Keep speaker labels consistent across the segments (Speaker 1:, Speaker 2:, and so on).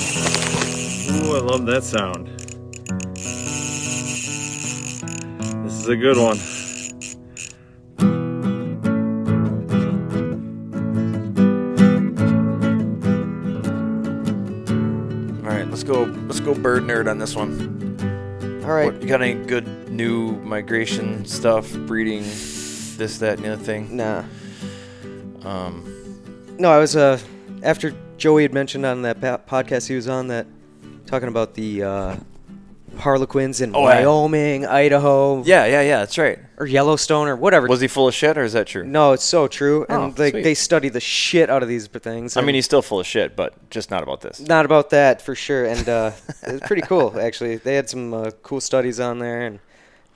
Speaker 1: Ooh, I love that sound. This is a good one.
Speaker 2: All right, let's go. Let's go, bird nerd, on this one.
Speaker 3: All right.
Speaker 2: What, you got any good new migration stuff, breeding, this, that, and the other thing?
Speaker 3: Nah.
Speaker 2: Um,
Speaker 3: No, I was uh after Joey had mentioned on that pa- podcast he was on that talking about the uh, Harlequins in
Speaker 2: Oh, yeah.
Speaker 3: Wyoming, Idaho,
Speaker 2: yeah, yeah, yeah. That's right.
Speaker 3: or Yellowstone or whatever.
Speaker 2: Was he full of shit, or is that true?
Speaker 3: no, it's so true, and
Speaker 2: Oh,
Speaker 3: like
Speaker 2: sweet.
Speaker 3: they study the shit out of these things.
Speaker 2: I
Speaker 3: and
Speaker 2: mean, he's still full of shit, but just not about this.
Speaker 3: not about that for sure, and uh, it's pretty cool actually. They had some uh, cool studies on there, and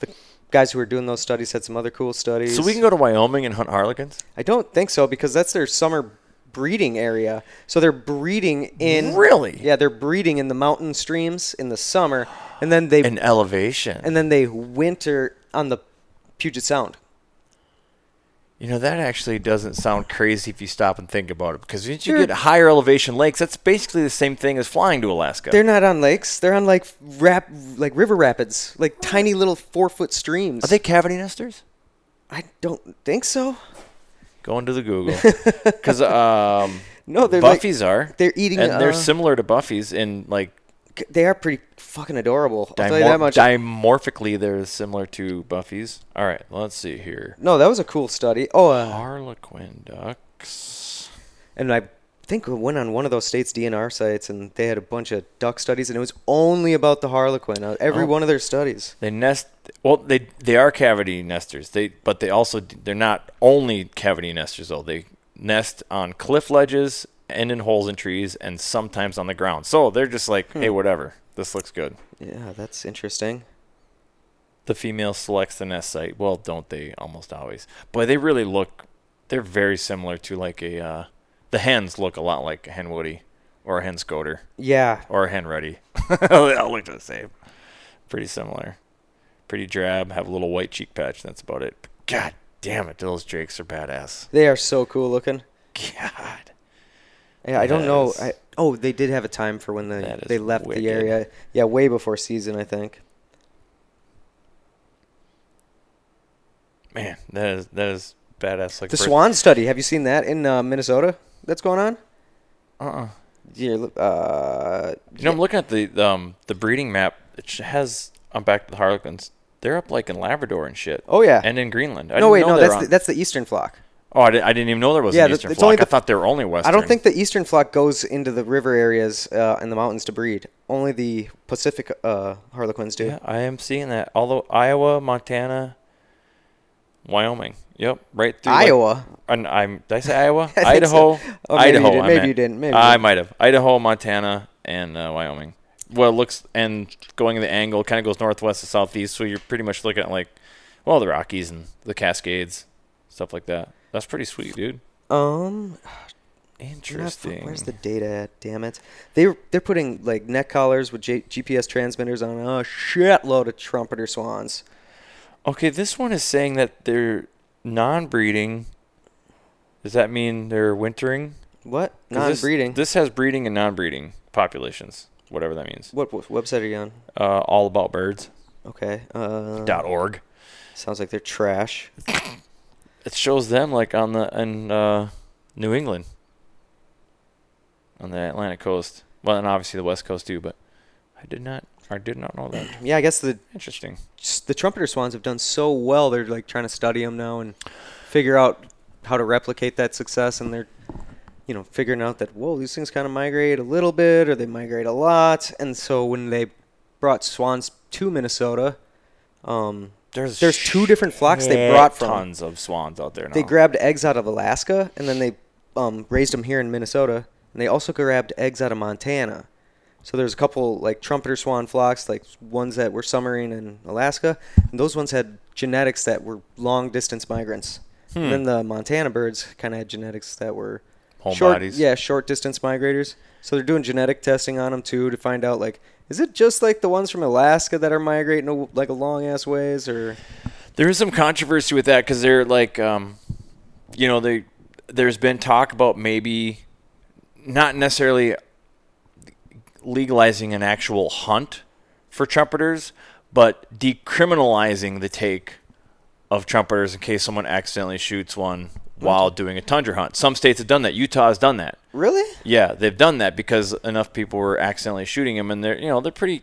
Speaker 3: the guys who were doing those studies had some other cool studies.
Speaker 2: So we can go to Wyoming and hunt harlequins.
Speaker 3: I don't think so because that's their summer breeding area. So they're breeding in
Speaker 2: Really?
Speaker 3: Yeah, they're breeding in the mountain streams in the summer, and then they
Speaker 2: An elevation.
Speaker 3: and then they winter on the Puget Sound.
Speaker 2: You know, that actually doesn't sound crazy if you stop and think about it, because once you get higher elevation lakes, that's basically the same thing as flying to Alaska.
Speaker 3: They're not on lakes. They're on like rap, like river rapids, like tiny little four foot streams.
Speaker 2: Are they cavity nesters?
Speaker 3: I don't think so.
Speaker 2: Going to the Google. Because um,
Speaker 3: No, they're like-
Speaker 2: Buffy's are.
Speaker 3: they're eating,
Speaker 2: And
Speaker 3: uh,
Speaker 2: they're similar to Buffy's in, like,
Speaker 3: C- They are pretty fucking adorable. I'll tell you
Speaker 2: dimor-
Speaker 3: that much.
Speaker 2: dimorphically, they're similar to Buffy's. All right, let's see here.
Speaker 3: no, that was a cool study. Oh, uh,
Speaker 2: Harlequin ducks.
Speaker 3: and I think we went on one of those states DNR sites, and they had a bunch of duck studies, and it was only about the harlequin. uh,
Speaker 2: Oh.
Speaker 3: Every one of their studies.
Speaker 2: They nest. Well, they they are cavity nesters. They but they also they're not only cavity nesters though. They nest on cliff ledges and in holes in trees and sometimes on the ground. So they're just like, hey,
Speaker 3: Hmm.
Speaker 2: whatever. This looks good.
Speaker 3: Yeah, that's interesting.
Speaker 2: The female selects the nest site. Well, don't they almost always? But they really look. They're very similar to like a. Uh, the hens look a lot like a hen woody, or a hen scoter,
Speaker 3: Yeah,
Speaker 2: or a hen ruddy. they all look the same. Pretty similar. Pretty drab. Have a little white cheek patch. That's about it. But God damn it, those drakes are badass.
Speaker 3: they are so cool looking.
Speaker 2: God.
Speaker 3: Yeah, I don't know.
Speaker 2: Yes.
Speaker 3: I, oh, they did have a time for when the,
Speaker 2: That is
Speaker 3: they left
Speaker 2: wicked.
Speaker 3: the area. Yeah, way before season, I think.
Speaker 2: Man, that is that is badass. Like
Speaker 3: The
Speaker 2: birth-
Speaker 3: swan study. Have you seen that in uh, Minnesota? That's going on. Uh-uh. Yeah, uh
Speaker 2: You know, I'm looking at the um the breeding map. It sh- has. I'm back to the Harlequins. They're up like in Labrador and shit.
Speaker 3: Oh, yeah.
Speaker 2: And in Greenland. I
Speaker 3: No
Speaker 2: didn't
Speaker 3: wait,
Speaker 2: know
Speaker 3: no,
Speaker 2: they were
Speaker 3: that's
Speaker 2: on-
Speaker 3: the, that's the eastern flock.
Speaker 2: Oh, I, di- I didn't even know there was
Speaker 3: Yeah,
Speaker 2: an
Speaker 3: the-
Speaker 2: eastern
Speaker 3: it's only
Speaker 2: flock. I
Speaker 3: the-
Speaker 2: thought there were only western.
Speaker 3: I don't think the eastern flock goes into the river areas uh, in the mountains to breed. Only the Pacific uh, harlequins do.
Speaker 2: Yeah, I am seeing that. Although Iowa, Montana, Wyoming. Yep, right through like-
Speaker 3: Iowa.
Speaker 2: and I'm did I say Iowa?
Speaker 3: think
Speaker 2: Idaho.
Speaker 3: so. Oh, maybe you
Speaker 2: Idaho.
Speaker 3: did-
Speaker 2: I
Speaker 3: maybe
Speaker 2: meant.
Speaker 3: you didn't, maybe.
Speaker 2: I might have. Idaho, Montana, and uh, Wyoming. Well, it looks and going the angle kind of goes northwest to southeast, so you're pretty much looking at like, well, the Rockies and the Cascades, stuff like that. That's pretty sweet, dude.
Speaker 3: Um, Not fu-
Speaker 2: Interesting.
Speaker 3: Where's the data at? Damn it! They they're putting like neck collars with J- GPS transmitters on a shitload of trumpeter swans.
Speaker 2: Okay, this one is saying that they're non-breeding. Does that mean they're wintering?
Speaker 3: What
Speaker 2: 'Cause this-
Speaker 3: non-breeding?
Speaker 2: This, has breeding and non-breeding populations, whatever that means.
Speaker 3: What, what website are you on?
Speaker 2: Uh, all about birds.
Speaker 3: Okay. Uh,
Speaker 2: dot org.
Speaker 3: sounds like they're trash.
Speaker 2: It shows them like on the in uh, New England, on the Atlantic coast. Well, and obviously the West Coast too. But I did not. I did not know that.
Speaker 3: Yeah, I guess the
Speaker 2: Interesting.
Speaker 3: just the trumpeter swans have done so well. They're like trying to study them now and figure out how to replicate that success. And they're, you know, figuring out that whoa, these things kind of migrate a little bit or they migrate a lot. And so when they brought swans to Minnesota, um,
Speaker 2: There's
Speaker 3: There's two different flocks they brought
Speaker 2: shit
Speaker 3: from.
Speaker 2: tons of swans out there now.
Speaker 3: they grabbed eggs out of Alaska and then they um, raised them here in Minnesota. And they also grabbed eggs out of Montana. So there's a couple like trumpeter swan flocks, like ones that were summering in Alaska, and those ones had genetics that were long distance migrants. And then the Montana birds kind of had genetics that were
Speaker 2: Home
Speaker 3: short,
Speaker 2: bodies.
Speaker 3: yeah, short distance migrators. So they're doing genetic testing on them too to find out like, is it just like the ones from Alaska that are migrating a, like a long ass ways, or
Speaker 2: There is some controversy with that because they're like, um, you know, they there's been talk about maybe not necessarily legalizing an actual hunt for trumpeters, but decriminalizing the take of trumpeters in case someone accidentally shoots one while doing a tundra hunt. Some states have done that. Utah has done that.
Speaker 3: really?
Speaker 2: Yeah, they've done that because enough people were accidentally shooting them, and they're you know they're pretty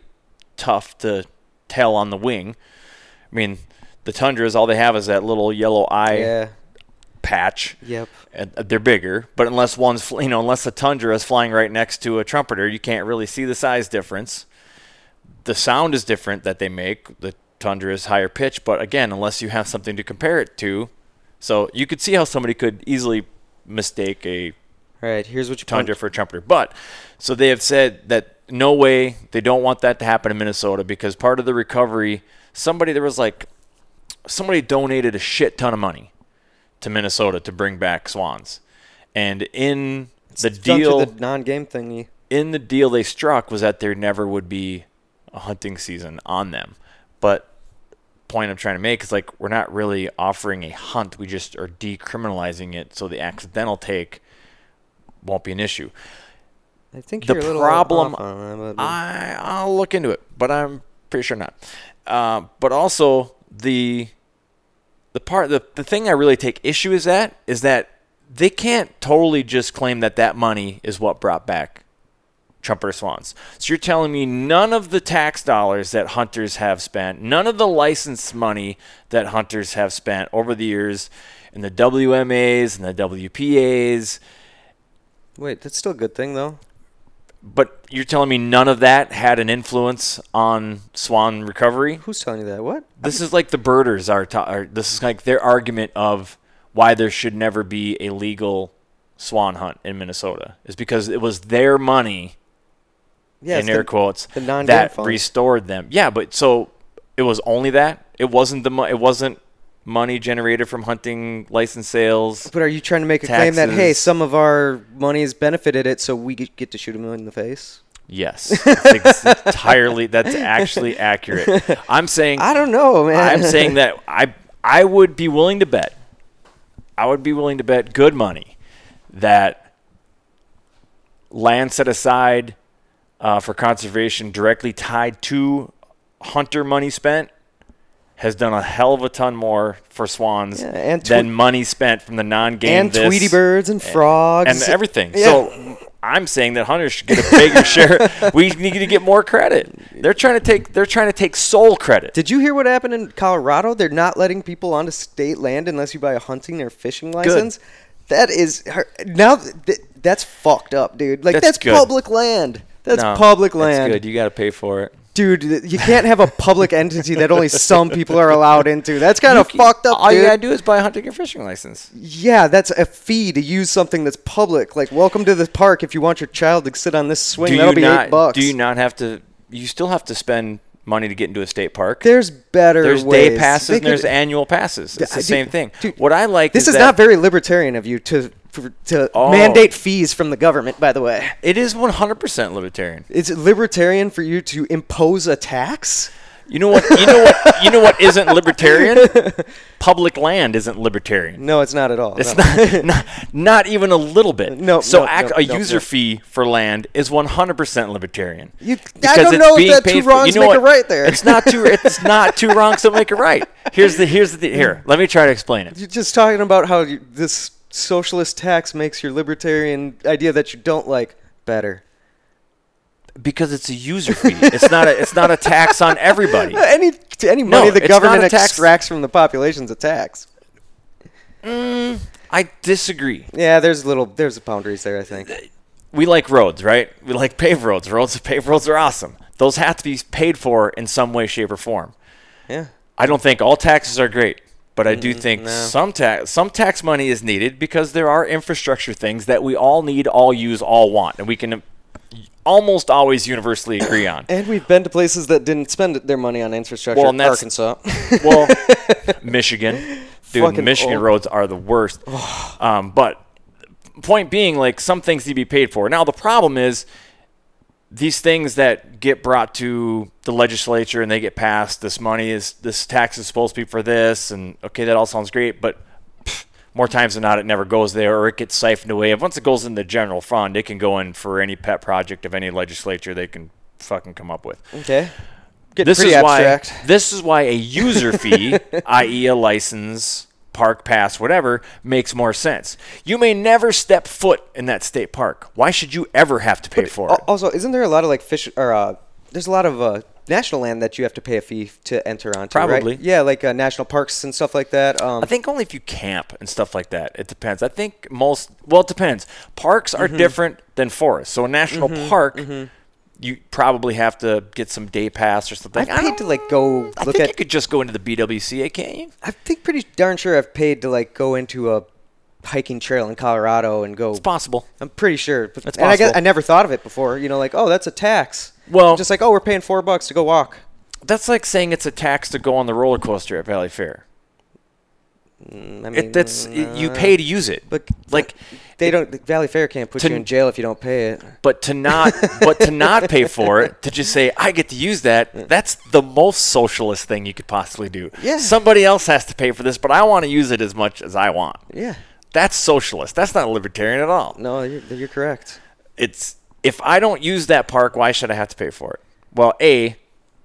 Speaker 2: tough to tell on the wing. I mean, the tundras all they have is that little yellow eye
Speaker 3: Yeah.
Speaker 2: patch.
Speaker 3: Yep.
Speaker 2: And uh, they're bigger, but unless one's fl- you know unless the tundra is flying right next to a trumpeter, you can't really see the size difference. The sound is different that they make. The tundra is higher pitch, but again, unless you have something to compare it to, so you could see how somebody could easily mistake a
Speaker 3: All right. Here's what you punch.
Speaker 2: tundra for a trumpeter. But so they have said that no way they don't want that to happen in Minnesota because part of the recovery, somebody there was like somebody donated a shit ton of money to Minnesota to bring back swans, and in the
Speaker 3: Done through
Speaker 2: deal
Speaker 3: the non-game thingy.
Speaker 2: in the deal they struck was that there never would be a hunting season on them. But point I'm trying to make is like we're not really offering a hunt. We just are decriminalizing it so the accidental take won't be an issue.
Speaker 3: I think
Speaker 2: The
Speaker 3: you're a little
Speaker 2: problem-
Speaker 3: off on that, but-
Speaker 2: I I'll look into it, but I'm pretty sure not. Uh, but also the the part the, the thing I really take issue is that is that they can't totally just claim that that money is what brought back trumpeter swans. So you're telling me none of the tax dollars that hunters have spent, none of the license money that hunters have spent over the years in the WMAs and the WPAs,
Speaker 3: Wait, that's still a good thing though.
Speaker 2: but you're telling me none of that had an influence on swan recovery?
Speaker 3: Who's telling you that? What?
Speaker 2: This is like the birders are, ta- are this is like their argument of why there should never be a legal swan hunt in Minnesota is because it was their money
Speaker 3: Yeah,
Speaker 2: in
Speaker 3: it's
Speaker 2: air
Speaker 3: the-
Speaker 2: quotes
Speaker 3: the non-game
Speaker 2: that
Speaker 3: fund.
Speaker 2: restored them. Yeah, but so it was only that. It wasn't the mo- it wasn't money generated from hunting license sales.
Speaker 3: But are you trying to make a claim that hey,
Speaker 2: Taxes.
Speaker 3: some of our money has benefited it, so we get get to shoot him in the face?
Speaker 2: Yes, that's ex- entirely that's actually accurate. I'm saying
Speaker 3: I don't know, man.
Speaker 2: I'm saying that I I would be willing to bet. I would be willing to bet good money that land set aside uh, for conservation directly tied to hunter money spent has done a hell of a ton more for swans
Speaker 3: Yeah, and twe-
Speaker 2: than money spent from the non-game
Speaker 3: and
Speaker 2: this
Speaker 3: Tweety birds and frogs
Speaker 2: and everything.
Speaker 3: Yeah.
Speaker 2: So I'm saying that hunters should get a bigger share. We need to get more credit. They're trying to take they're trying to take sole credit.
Speaker 3: Did you hear what happened in Colorado? They're not letting people onto state land unless you buy a hunting or fishing license. That is her- now th- that's fucked up, dude. Like
Speaker 2: That's
Speaker 3: that's,
Speaker 2: good.
Speaker 3: public land. That's
Speaker 2: No,
Speaker 3: public
Speaker 2: That's
Speaker 3: land,
Speaker 2: good. You got to pay for it.
Speaker 3: dude. th- You can't have a public entity that only some people are allowed into. That's kind of fucked up,
Speaker 2: All
Speaker 3: dude.
Speaker 2: you got to do is buy a hunting and fishing license.
Speaker 3: yeah, that's a fee to use something that's public. Like, welcome to the park. If you want your child to sit on this swing,
Speaker 2: do
Speaker 3: that'll
Speaker 2: you
Speaker 3: be
Speaker 2: not
Speaker 3: eight bucks.
Speaker 2: do you not have to you still have to spend money to get into a state park?
Speaker 3: There's better.
Speaker 2: there's
Speaker 3: ways.
Speaker 2: day passes
Speaker 3: They
Speaker 2: and there's
Speaker 3: could-
Speaker 2: annual passes. It's
Speaker 3: I-
Speaker 2: the
Speaker 3: dude-
Speaker 2: same thing.
Speaker 3: dude,
Speaker 2: what I like
Speaker 3: This
Speaker 2: is
Speaker 3: is
Speaker 2: that
Speaker 3: not very libertarian of you to for, to
Speaker 2: Oh.
Speaker 3: mandate fees from the government. By the way,
Speaker 2: it is 100% libertarian.
Speaker 3: it's libertarian for you to impose a tax.
Speaker 2: You know what? You know what? You know what isn't libertarian? Public land isn't libertarian.
Speaker 3: No, it's not at all.
Speaker 2: It's
Speaker 3: no.
Speaker 2: not, not not even a little bit.
Speaker 3: No,
Speaker 2: So
Speaker 3: no,
Speaker 2: act,
Speaker 3: no,
Speaker 2: a
Speaker 3: no,
Speaker 2: user
Speaker 3: no.
Speaker 2: fee for land is 100% libertarian.
Speaker 3: You- I
Speaker 2: Because
Speaker 3: don't
Speaker 2: it's
Speaker 3: know if
Speaker 2: being
Speaker 3: that
Speaker 2: paid
Speaker 3: two
Speaker 2: for- you
Speaker 3: wrongs
Speaker 2: know
Speaker 3: make a
Speaker 2: what?
Speaker 3: right there.
Speaker 2: It's not two. It's not two wrongs that make a right. Here's the here's the here. Let me try to explain it.
Speaker 3: You're just talking about how you, this socialist tax makes your libertarian idea that you don't like better.
Speaker 2: Because it's a user fee. It's not a it's not a tax on everybody.
Speaker 3: Uh, Any any
Speaker 2: No,
Speaker 3: money the
Speaker 2: it's
Speaker 3: government
Speaker 2: not a tax.
Speaker 3: extracts from the population's a tax.
Speaker 2: I disagree.
Speaker 3: Yeah, there's little there's boundaries there. I think.
Speaker 2: we like roads, right? We like paved roads. Roads, paved roads are awesome. Those have to be paid for in some way, shape, or form.
Speaker 3: Yeah.
Speaker 2: I don't think all taxes are great, but I do think some tax some tax money is needed because there are infrastructure things that we all need, all use, all want, and we can uh, almost always universally agree on.
Speaker 3: And we've been to places that didn't spend their money on infrastructure.
Speaker 2: Well, and that's-
Speaker 3: Arkansas.
Speaker 2: well, Michigan, dude,
Speaker 3: Fucking
Speaker 2: Michigan
Speaker 3: old.
Speaker 2: roads are the worst. um, but point being, like some things need to be paid for. Now the problem is these things that get brought to the legislature and they get passed. This money is this tax is supposed to be for this, and okay, that all sounds great, but. pff, More times than not, it never goes there, or it gets siphoned away. And once it goes in the general fund, it can go in for any pet project of any legislature they can fucking come up with
Speaker 3: okay. Getting
Speaker 2: this
Speaker 3: pretty
Speaker 2: is
Speaker 3: abstract.
Speaker 2: why this is why a user fee, i.e., a license, park pass, whatever, makes more sense. You may never step foot in that state park. Why should you ever have to pay for
Speaker 3: Al-
Speaker 2: it?
Speaker 3: Also, isn't there a lot of like fish or uh, there's a lot of uh, national land that you have to pay a fee f- to enter onto? right?
Speaker 2: Probably.
Speaker 3: Yeah, like uh, national parks and stuff like that. Um,
Speaker 2: I think only if you camp and stuff like that. It depends. I think most well, it depends. Parks
Speaker 3: Mm-hmm.
Speaker 2: are different than forests. So a national park, you probably have to get some day pass or something.
Speaker 3: I've paid
Speaker 2: don't-
Speaker 3: to like go
Speaker 2: I
Speaker 3: look
Speaker 2: think
Speaker 3: at.
Speaker 2: you could just go into the BWCA, can't you?
Speaker 3: I think pretty darn sure I've paid to like go into a hiking trail in Colorado and go.
Speaker 2: It's possible.
Speaker 3: I'm pretty sure. But,
Speaker 2: That's
Speaker 3: and I guess
Speaker 2: possible.
Speaker 3: I never thought of it before. You know, like oh, that's a tax.
Speaker 2: Well-
Speaker 3: just like oh, we're paying four bucks to go walk.
Speaker 2: That's like saying it's a tax to go on the roller coaster at Valley Fair.
Speaker 3: I mean, uh,
Speaker 2: It, that's it, you pay to use it.
Speaker 3: but-
Speaker 2: like,
Speaker 3: they don't. the Valley Fair can't put
Speaker 2: To-
Speaker 3: you in jail if you don't pay it.
Speaker 2: but to not, but to not pay for it, to just say I get to use that. That's the most socialist thing you could possibly do.
Speaker 3: Yeah.
Speaker 2: Somebody else has to pay for this, but I want to use it as much as I want.
Speaker 3: Yeah.
Speaker 2: That's socialist. That's not libertarian at all.
Speaker 3: No, you're, you're correct.
Speaker 2: It's if I don't use that park, why should I have to pay for it? Well, a,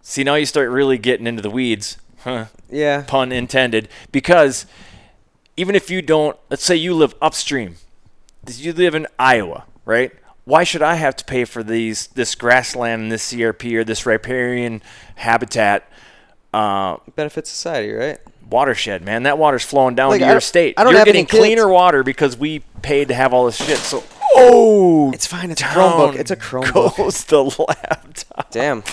Speaker 2: see now you start really getting into the weeds. Huh.
Speaker 3: Yeah.
Speaker 2: pun intended, because even if you don't, let's say you live upstream, you live in Iowa, right? Why should I have to pay for these this grassland and this CRP or this riparian habitat uh,
Speaker 3: benefits society, right?
Speaker 2: watershed? Man, that water's flowing down
Speaker 3: Like,
Speaker 2: to
Speaker 3: I
Speaker 2: your
Speaker 3: don't-
Speaker 2: state.
Speaker 3: I don't
Speaker 2: You're
Speaker 3: have any
Speaker 2: getting cleaner
Speaker 3: kids.
Speaker 2: water because we paid to have all this shit. So, oh,
Speaker 3: It's fine. It's a Chromebook. It's a Chromebook.
Speaker 2: Goes the laptop.
Speaker 3: Damn.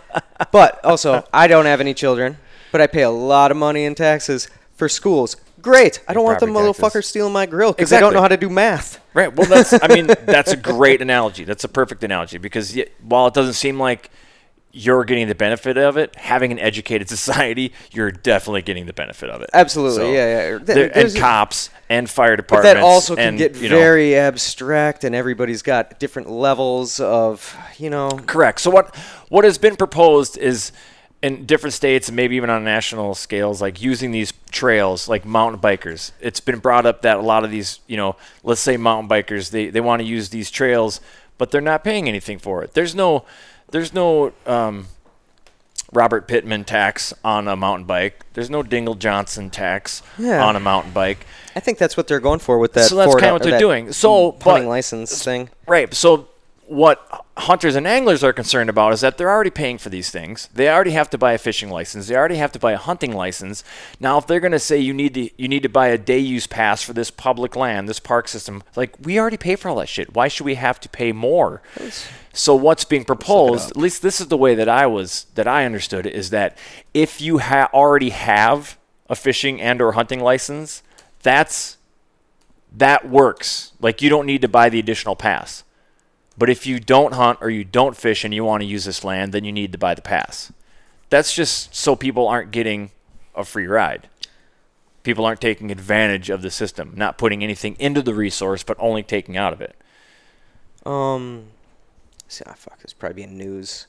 Speaker 3: but also, I don't have any children, but I pay a lot of money in taxes for schools. Great. I don't want them
Speaker 2: property
Speaker 3: little
Speaker 2: taxes.
Speaker 3: fuckers stealing my grill because I
Speaker 2: Exactly.
Speaker 3: don't know how to do math.
Speaker 2: Right. Well, that's. I mean, that's a great analogy. That's a perfect analogy because y- while it doesn't seem like you're getting the benefit of it, having an educated society, you're definitely getting the benefit of it.
Speaker 3: Absolutely, yeah, yeah. Th-
Speaker 2: there- and
Speaker 3: there's-
Speaker 2: cops and fire
Speaker 3: But
Speaker 2: departments.
Speaker 3: that also can
Speaker 2: and,
Speaker 3: get
Speaker 2: you know-
Speaker 3: very abstract, and everybody's got different levels of, you know.
Speaker 2: correct. So what what has been proposed is in different states and maybe even on national scales, like using these trails like mountain bikers. It's been brought up that a lot of these, you know, let's say mountain bikers, they, they want to use these trails, but they're not paying anything for it. There's no there's no um, Robert Pittman tax on a mountain bike. There's no Dingle Johnson tax
Speaker 3: Yeah.
Speaker 2: on a mountain bike.
Speaker 3: I think that's what they're going for with that.
Speaker 2: so that's
Speaker 3: Ford-
Speaker 2: kind of what
Speaker 3: or
Speaker 2: they're
Speaker 3: that
Speaker 2: doing. So, but
Speaker 3: hunting license thing.
Speaker 2: Right. So what hunters and anglers are concerned about is that they're already paying for these things. They already have to buy a fishing license. They already have to buy a hunting license. Now, if they're going to say you need to you need to buy a day use pass for this public land, this park system, like we already pay for all that shit. Why should we have to pay more? So what's being proposed, at least this is the way that I was that I understood it, is that if you ha- already have a fishing and or hunting license, that's that works. Like you don't need to buy the additional pass. But if you don't hunt or you don't fish and you want to use this land, then you need to buy the pass. That's just so people aren't getting a free ride. People aren't taking advantage of the system, not putting anything into the resource, but only taking out of it.
Speaker 3: Um, see, ah, fuck, this probably be in news.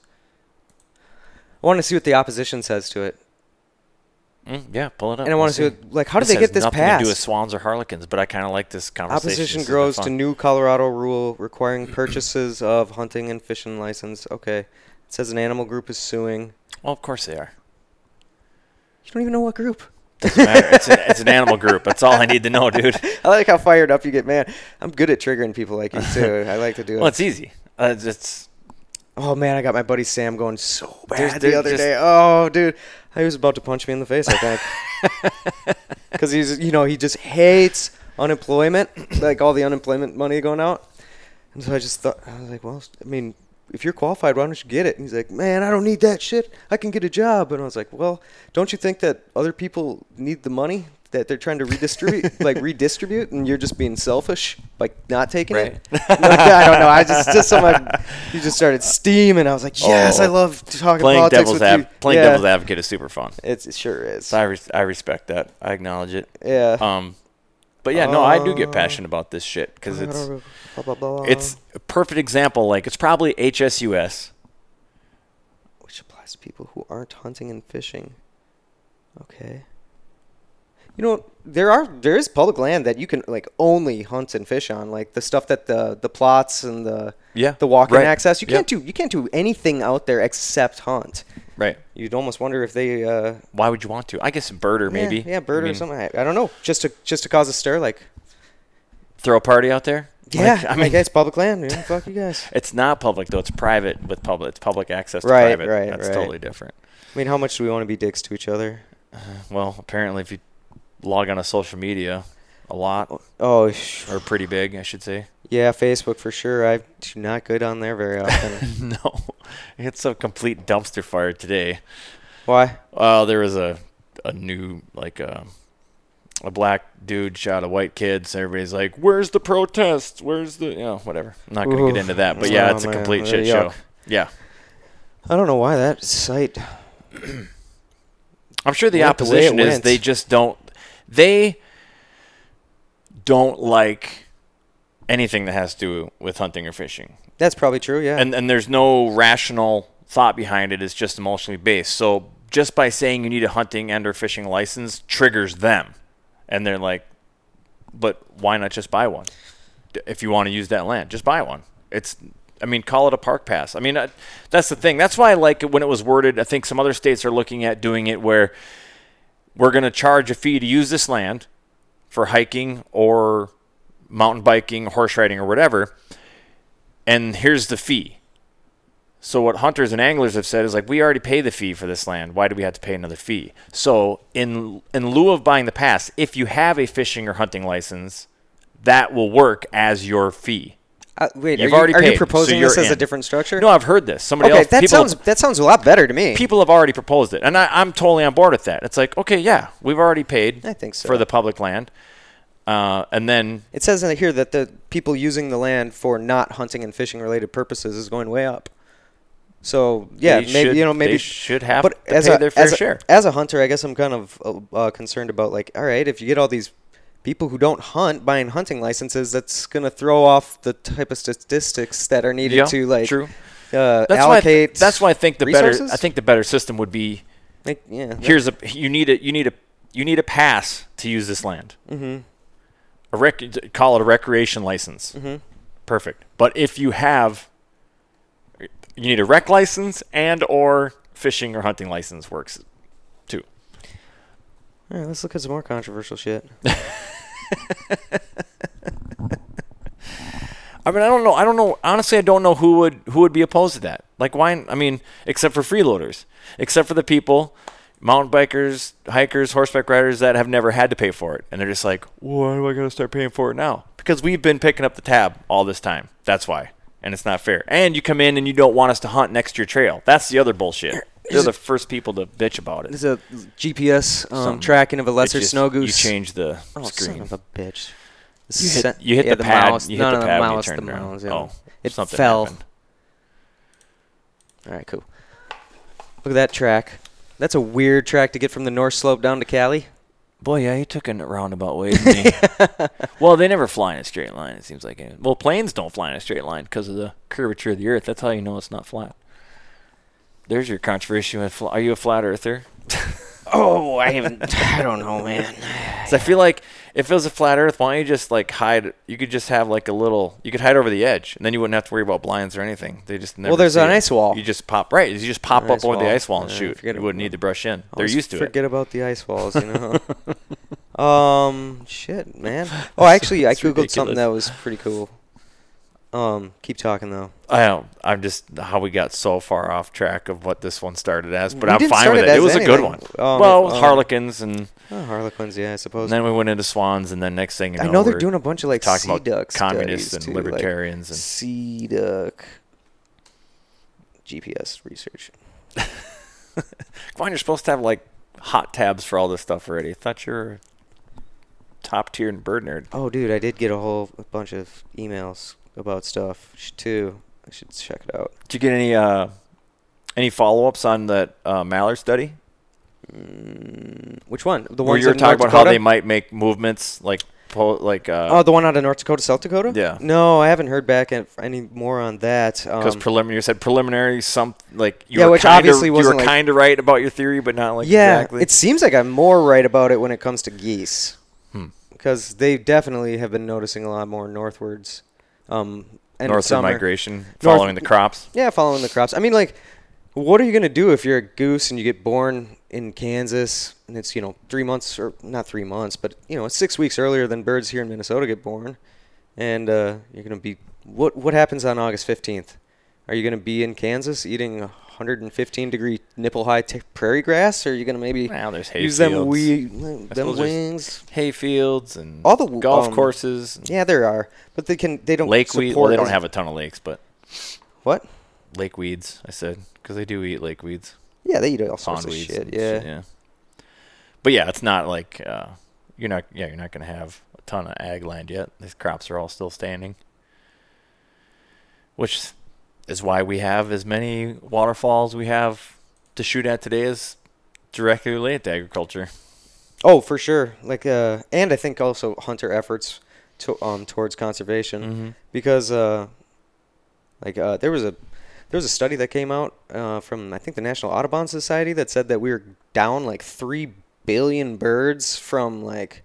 Speaker 3: I want to see what the opposition says to it,
Speaker 2: Mm, yeah, pull it up.
Speaker 3: and I want to see what, like how do they get this
Speaker 2: nothing to do with
Speaker 3: passed?
Speaker 2: swans or harlequins, but I kind of like this conversation.
Speaker 3: Opposition
Speaker 2: This has been
Speaker 3: grows to
Speaker 2: fun.
Speaker 3: new Colorado rule requiring purchases of hunting and fishing license. Okay, it says an animal group is suing.
Speaker 2: Well, of course they are.
Speaker 3: You don't even know what group.
Speaker 2: Doesn't matter. it's, an, it's an animal group. That's all I need to know, dude.
Speaker 3: I like how fired up you get, man. I'm good at triggering people like you too. I like to do
Speaker 2: Well,
Speaker 3: it.
Speaker 2: it's easy. Uh, it's- it's
Speaker 3: Oh man, I got my buddy Sam going so
Speaker 2: There's-
Speaker 3: bad
Speaker 2: there's
Speaker 3: the other
Speaker 2: just-
Speaker 3: day. Oh dude, he was about to punch me in the face. I think because he's you know he just hates unemployment, like all the unemployment money going out. And so I just thought I was like, well, I mean, if you're qualified, why don't you get it? And he's like, man, I don't need that shit. I can get a job. And I was like, well, don't you think that other people need the money that they're trying to redistribute, like redistribute, and you're just being selfish by not taking it? And like, I don't know. I just just someone you just started steaming. I was like, yes,
Speaker 2: Oh.
Speaker 3: I love talking
Speaker 2: playing
Speaker 3: politics
Speaker 2: devil's
Speaker 3: with you.
Speaker 2: av- playing
Speaker 3: Yeah.
Speaker 2: devil's advocate is super fun.
Speaker 3: It's, it sure is.
Speaker 2: I res- I respect that. I acknowledge it.
Speaker 3: Yeah. Uh,
Speaker 2: Um, but yeah, no, I do get passionate about this shit because it's
Speaker 3: Blah, blah, blah.
Speaker 2: it's a perfect example. Like it's probably HSUS.
Speaker 3: which applies to people who aren't hunting and fishing. Okay. You know, there are there is public land that you can like only hunt and fish on, like the stuff that the the plots and the
Speaker 2: Yeah,
Speaker 3: the walk-in
Speaker 2: right,
Speaker 3: access. You
Speaker 2: yeah.
Speaker 3: can't do you can't do anything out there except hunt.
Speaker 2: Right.
Speaker 3: You'd almost wonder if they uh,
Speaker 2: Why would you want to? I guess a birder
Speaker 3: yeah,
Speaker 2: maybe.
Speaker 3: yeah, bird
Speaker 2: I
Speaker 3: or
Speaker 2: mean,
Speaker 3: something. I, I don't know, just to just to cause a stir, like
Speaker 2: Throw a party out there.
Speaker 3: yeah,
Speaker 2: Like,
Speaker 3: I mean, it's public land. Man, fuck you guys.
Speaker 2: it's not public though. It's private with public. It's public access to
Speaker 3: Right,
Speaker 2: private.
Speaker 3: right,
Speaker 2: That's
Speaker 3: right.
Speaker 2: totally different.
Speaker 3: I mean, how much do we want to be dicks to each other?
Speaker 2: Well, apparently, if you log on to social media, a lot
Speaker 3: Oh, sh-
Speaker 2: or pretty big, I should say.
Speaker 3: yeah, Facebook for sure. I'm not good on there very often.
Speaker 2: No, it's a complete dumpster fire today.
Speaker 3: Why?
Speaker 2: Well, there was a a new like a a black dude shot a white kid, so everybody's like, "Where's the protests? Where's the you know whatever." I'm not gonna
Speaker 3: Oof.
Speaker 2: get into that, but yeah,
Speaker 3: Oh,
Speaker 2: it's a
Speaker 3: man,
Speaker 2: complete
Speaker 3: uh,
Speaker 2: shit
Speaker 3: yuck.
Speaker 2: show. Yeah,
Speaker 3: I don't know why that site.
Speaker 2: I'm sure the
Speaker 3: Went the way it
Speaker 2: opposition is
Speaker 3: went.
Speaker 2: they just don't they don't like anything that has to do with hunting or fishing.
Speaker 3: That's probably true. Yeah.
Speaker 2: and and there's no rational thought behind it. It's just emotionally based. So just by saying you need a hunting and or fishing license triggers them, and they're like, "But why not just buy one? D- If you want to use that land, just buy one." It's I mean, call it a park pass. I mean, uh, that's the thing. That's why I like it when it was worded. I think some other states are looking at doing it where we're going to charge a fee to use this land for hiking or mountain biking, horse riding, or whatever. And here's the fee. So what hunters and anglers have said is like we already pay the fee for this land. Why do we have to pay another fee? So in in lieu of buying the pass, if you have a fishing or hunting license, that will work as your fee.
Speaker 3: Uh, wait,
Speaker 2: You've
Speaker 3: are,
Speaker 2: already
Speaker 3: you, are
Speaker 2: paid,
Speaker 3: you
Speaker 2: so
Speaker 3: proposing this
Speaker 2: you're
Speaker 3: as a
Speaker 2: in.
Speaker 3: different structure?
Speaker 2: No, I've heard this. Somebody
Speaker 3: okay,
Speaker 2: else
Speaker 3: that
Speaker 2: people,
Speaker 3: sounds that sounds a lot better to me.
Speaker 2: people have already proposed it, and I, I'm totally on board with that. It's like okay, yeah, we've already paid.
Speaker 3: I think so.
Speaker 2: for the public land, uh, and then
Speaker 3: it says in here that the people using the land for not hunting and fishing related purposes is going way up. So yeah,
Speaker 2: They
Speaker 3: maybe
Speaker 2: should-
Speaker 3: you know maybe
Speaker 2: they should have
Speaker 3: but
Speaker 2: to
Speaker 3: as
Speaker 2: pay
Speaker 3: a,
Speaker 2: their fair
Speaker 3: as a-
Speaker 2: share.
Speaker 3: As a hunter, I guess I'm kind of uh, uh, concerned about like, all right, if you get all these people who don't hunt buying hunting licenses, that's gonna throw off the type of statistics that are needed
Speaker 2: Yeah,
Speaker 3: to like
Speaker 2: true.
Speaker 3: Uh,
Speaker 2: that's why I
Speaker 3: allocate.
Speaker 2: th- that's why I think the
Speaker 3: resources?
Speaker 2: better I think the better system would be
Speaker 3: Like, yeah, that-
Speaker 2: here's a you need a you need a you need a pass to use this land. Mm-hmm. A rec- call it a recreation license. Mm-hmm. Perfect. But if you have, you need a rec license and or fishing or hunting license works too.
Speaker 3: All right, let's look at some more controversial shit.
Speaker 2: I mean, I don't know. I don't know. Honestly, I don't know who would who would be opposed to that. Like, why? I mean, except for freeloaders, except for the people, mountain bikers, hikers, horseback riders that have never had to pay for it, and they're just like, why do I gotta start paying for it now? Because we've been picking up the tab all this time. That's why, and it's not fair. And you come in and you don't want us to hunt next to your trail. That's the other bullshit. They're the first people to bitch about it.
Speaker 3: There's a GPS um,
Speaker 2: Something.
Speaker 3: tracking of a lesser
Speaker 2: It's just-
Speaker 3: snow goose.
Speaker 2: You change the
Speaker 3: oh,
Speaker 2: screen.
Speaker 3: son of a bitch.
Speaker 2: You hit- you hit the pad-
Speaker 3: Mouse.
Speaker 2: you hit
Speaker 3: no,
Speaker 2: the
Speaker 3: no,
Speaker 2: pad
Speaker 3: the
Speaker 2: when you
Speaker 3: mouse.
Speaker 2: turned
Speaker 3: the
Speaker 2: around.
Speaker 3: mouse. Yeah.
Speaker 2: Oh,
Speaker 3: it
Speaker 2: something
Speaker 3: fell.
Speaker 2: happened.
Speaker 3: All right, cool. Look at that track. That's a weird track to get from the North Slope down to Cali.
Speaker 2: Boy, yeah, he took a roundabout way. Didn't he? well, they never fly in a straight line. It seems like it. well, planes don't fly in a straight line because of the curvature of the Earth. That's how you know it's not flat. There's your controversy. with fl- Are you a flat earther?
Speaker 3: Oh, I haven't. I don't know, man.
Speaker 2: 'Cause I feel like if it was a flat Earth, why don't you just like hide? You could just have like a little. You could hide over the edge, and then you wouldn't have to worry about blinds or anything. They just never
Speaker 3: Well, there's
Speaker 2: see
Speaker 3: an
Speaker 2: it.
Speaker 3: ice wall.
Speaker 2: You just pop right. You just pop
Speaker 3: An
Speaker 2: up
Speaker 3: ice
Speaker 2: over the
Speaker 3: wall.
Speaker 2: ice wall and
Speaker 3: Yeah,
Speaker 2: shoot. You
Speaker 3: forget
Speaker 2: wouldn't
Speaker 3: about
Speaker 2: need to brush in. They're
Speaker 3: Always
Speaker 2: used to it.
Speaker 3: Forget about the ice walls, you know. um, shit, man. Oh, actually, I
Speaker 2: It's
Speaker 3: googled
Speaker 2: ridiculous.
Speaker 3: something that was pretty cool. Um, keep talking though.
Speaker 2: I don't. I'm just how we got so far off track of what this one started as, but
Speaker 3: We
Speaker 2: I'm
Speaker 3: didn't
Speaker 2: fine
Speaker 3: start
Speaker 2: with
Speaker 3: it
Speaker 2: it. It
Speaker 3: as
Speaker 2: was a good
Speaker 3: anything.
Speaker 2: one.
Speaker 3: Um,
Speaker 2: well,
Speaker 3: um,
Speaker 2: Harlequins, and,
Speaker 3: Oh, Harlequins, yeah, I
Speaker 2: and
Speaker 3: suppose.
Speaker 2: then we went into Swans, and then next thing you know,
Speaker 3: I know they're
Speaker 2: we're
Speaker 3: doing a bunch of like
Speaker 2: talking
Speaker 3: sea
Speaker 2: about
Speaker 3: duck
Speaker 2: communists
Speaker 3: studies
Speaker 2: and
Speaker 3: too, like
Speaker 2: libertarians and-
Speaker 3: sea duck GPS research.
Speaker 2: Come on, you're supposed to have like hot tabs for all this stuff already. I thought you were top tier and bird nerd.
Speaker 3: Oh, dude, I did get a whole bunch of emails about stuff sh- too. I should check it out.
Speaker 2: Did you get any uh, any follow ups on that uh, Mallard study?
Speaker 3: Which one? The
Speaker 2: Where
Speaker 3: one
Speaker 2: you were talking about how they might make movements like po- like uh,
Speaker 3: Oh,
Speaker 2: because
Speaker 3: the one out of North Dakota, South Dakota.
Speaker 2: Yeah.
Speaker 3: No, I haven't heard back an- any more on that. Um,
Speaker 2: preliminary you said preliminary some like you
Speaker 3: Yeah,
Speaker 2: were
Speaker 3: which
Speaker 2: kinda,
Speaker 3: obviously
Speaker 2: you
Speaker 3: wasn't,
Speaker 2: were
Speaker 3: like-
Speaker 2: kind of right about your theory, but not like
Speaker 3: yeah,
Speaker 2: exactly.
Speaker 3: it seems like I'm more right about it when it comes to geese,
Speaker 2: Hmm.
Speaker 3: because they definitely have been noticing a lot more northwards. Um, and
Speaker 2: northward
Speaker 3: summer.
Speaker 2: migration following the crops.
Speaker 3: Yeah, following the crops. I mean, like, what are you gonna do if you're a goose and you get born in Kansas and it's you know three months or not three months, but you know it's six weeks earlier than birds here in Minnesota get born, and uh, you're gonna be what what happens on August fifteenth? Are you gonna be in Kansas eating 115 degree nipple high t- prairie grass, or are you gonna maybe
Speaker 2: Well, there's hay
Speaker 3: use them
Speaker 2: fields.
Speaker 3: we
Speaker 2: I
Speaker 3: them
Speaker 2: suppose there's
Speaker 3: wings?
Speaker 2: Hay fields and
Speaker 3: All the w-
Speaker 2: golf
Speaker 3: um,
Speaker 2: courses, and
Speaker 3: Yeah, there are, but they can they don't
Speaker 2: lake weed. Well,
Speaker 3: support
Speaker 2: they don't
Speaker 3: as-
Speaker 2: have a ton of lakes, but
Speaker 3: what?
Speaker 2: lake weeds. I said because they do eat lake weeds,
Speaker 3: Yeah, they eat all sorts
Speaker 2: pond
Speaker 3: of
Speaker 2: weeds.
Speaker 3: shit.
Speaker 2: and
Speaker 3: Yeah.
Speaker 2: yeah. But yeah, it's not like uh, you're not. Yeah, you're not gonna have a ton of ag land yet. These crops are all still standing, which is why we have as many waterfalls we have to shoot at today is directly related to agriculture.
Speaker 3: Oh, for sure. Like, uh, and I think also hunter efforts to um towards conservation
Speaker 2: Mm-hmm.
Speaker 3: because uh, like uh, there was a there was a study that came out uh, from I think the National Audubon Society that said that we were down like three billion birds from like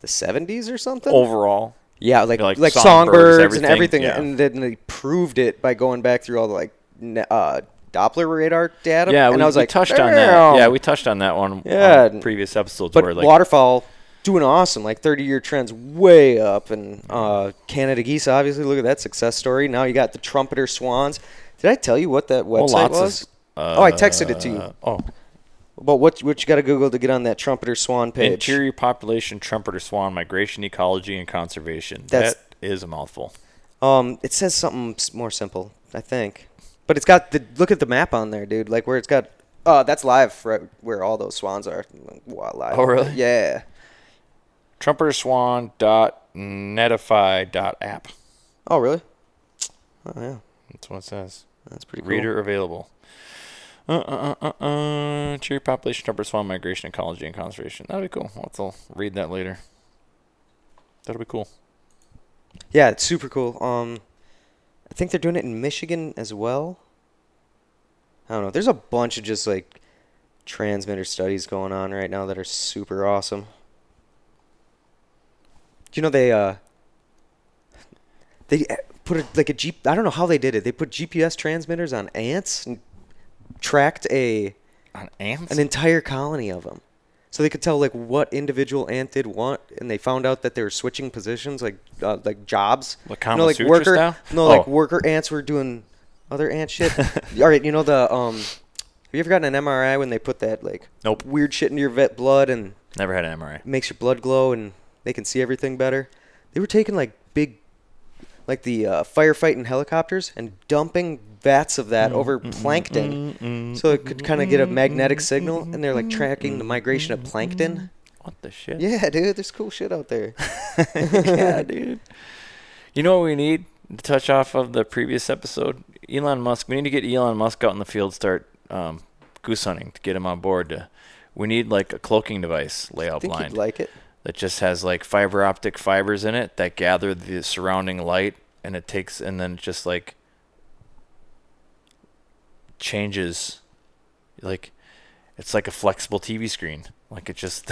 Speaker 3: the 70s or something.
Speaker 2: Overall,
Speaker 3: yeah, like
Speaker 2: like
Speaker 3: like,
Speaker 2: songbirds,
Speaker 3: songbirds, and
Speaker 2: everything,
Speaker 3: everything,
Speaker 2: yeah.
Speaker 3: and then they proved it by going back through all the like ne- uh, Doppler radar data.
Speaker 2: yeah,
Speaker 3: and
Speaker 2: we,
Speaker 3: I was
Speaker 2: we
Speaker 3: like,
Speaker 2: touched on that.
Speaker 3: "Damn."
Speaker 2: Yeah, we touched on that one.
Speaker 3: Yeah.
Speaker 2: on previous episodes
Speaker 3: But
Speaker 2: where like
Speaker 3: waterfowl doing awesome, like thirty year trends way up, and uh, Canada geese obviously. Look at that success story. Now you got the trumpeter swans. Did I tell you what that website
Speaker 2: lots of-
Speaker 3: was? oh, I texted it to you.
Speaker 2: Oh,
Speaker 3: But what what you got to Google to get on that trumpeter swan page?
Speaker 2: interior population trumpeter swan migration ecology and conservation.
Speaker 3: That's-
Speaker 2: that is a mouthful.
Speaker 3: Um, it says something s- more simple, I think. But it's got the look at the map on there, dude. Like where it's got. Oh, that's live right where all those swans are. Wow, live.
Speaker 2: Oh, really?
Speaker 3: Yeah.
Speaker 2: Trumpeter swan dot netify dot app.
Speaker 3: Oh, really? Oh, yeah.
Speaker 2: That's what it says.
Speaker 3: That's pretty cool.
Speaker 2: Reader available. Uh, uh, uh, uh, uh. Interior population trumpeter swan migration ecology and conservation. That'll be cool. I'll have to read that later. That'll be cool.
Speaker 3: Yeah, it's super cool. Um, I think they're doing it in Michigan as well. I don't know. There's a bunch of just like transmitter studies going on right now that are super awesome. Do you know they uh eh, they uh, put a, like a G I don't know how they did it. They put GPS transmitters on ants and tracked a
Speaker 2: On ants?
Speaker 3: an entire colony of them. So they could tell like what individual ant did what, and they found out that they were switching positions, like uh, like jobs.
Speaker 2: Like
Speaker 3: you
Speaker 2: Kama
Speaker 3: know, like
Speaker 2: Sutra
Speaker 3: worker,
Speaker 2: style?
Speaker 3: no, like
Speaker 2: Oh.
Speaker 3: worker ants were doing other ant shit. All right, you know the um, have you ever gotten an MRI when they put that like
Speaker 2: Nope.
Speaker 3: weird shit into your vet blood and
Speaker 2: Never had an MRI.
Speaker 3: makes your blood glow and they can see everything better. They were taking like big, like the uh, firefighting helicopters and dumping vats of
Speaker 2: Mm,
Speaker 3: that over plankton,
Speaker 2: Mm-hmm,
Speaker 3: so it could kind of get a magnetic signal. And they're like tracking the migration of plankton.
Speaker 2: What the shit?
Speaker 3: Yeah, dude, there's cool shit out there.
Speaker 2: yeah, dude. You know what we need to touch off of the previous episode? Elon Musk. We need to get Elon Musk out in the field, start um, goose hunting to get him on board. To, we need like a cloaking device
Speaker 3: I
Speaker 2: layout
Speaker 3: think
Speaker 2: blind
Speaker 3: you'd like it.
Speaker 2: that just has like fiber optic fibers in it that gather the surrounding light, and it takes and then just like changes, like it's like a flexible TV screen. Like it just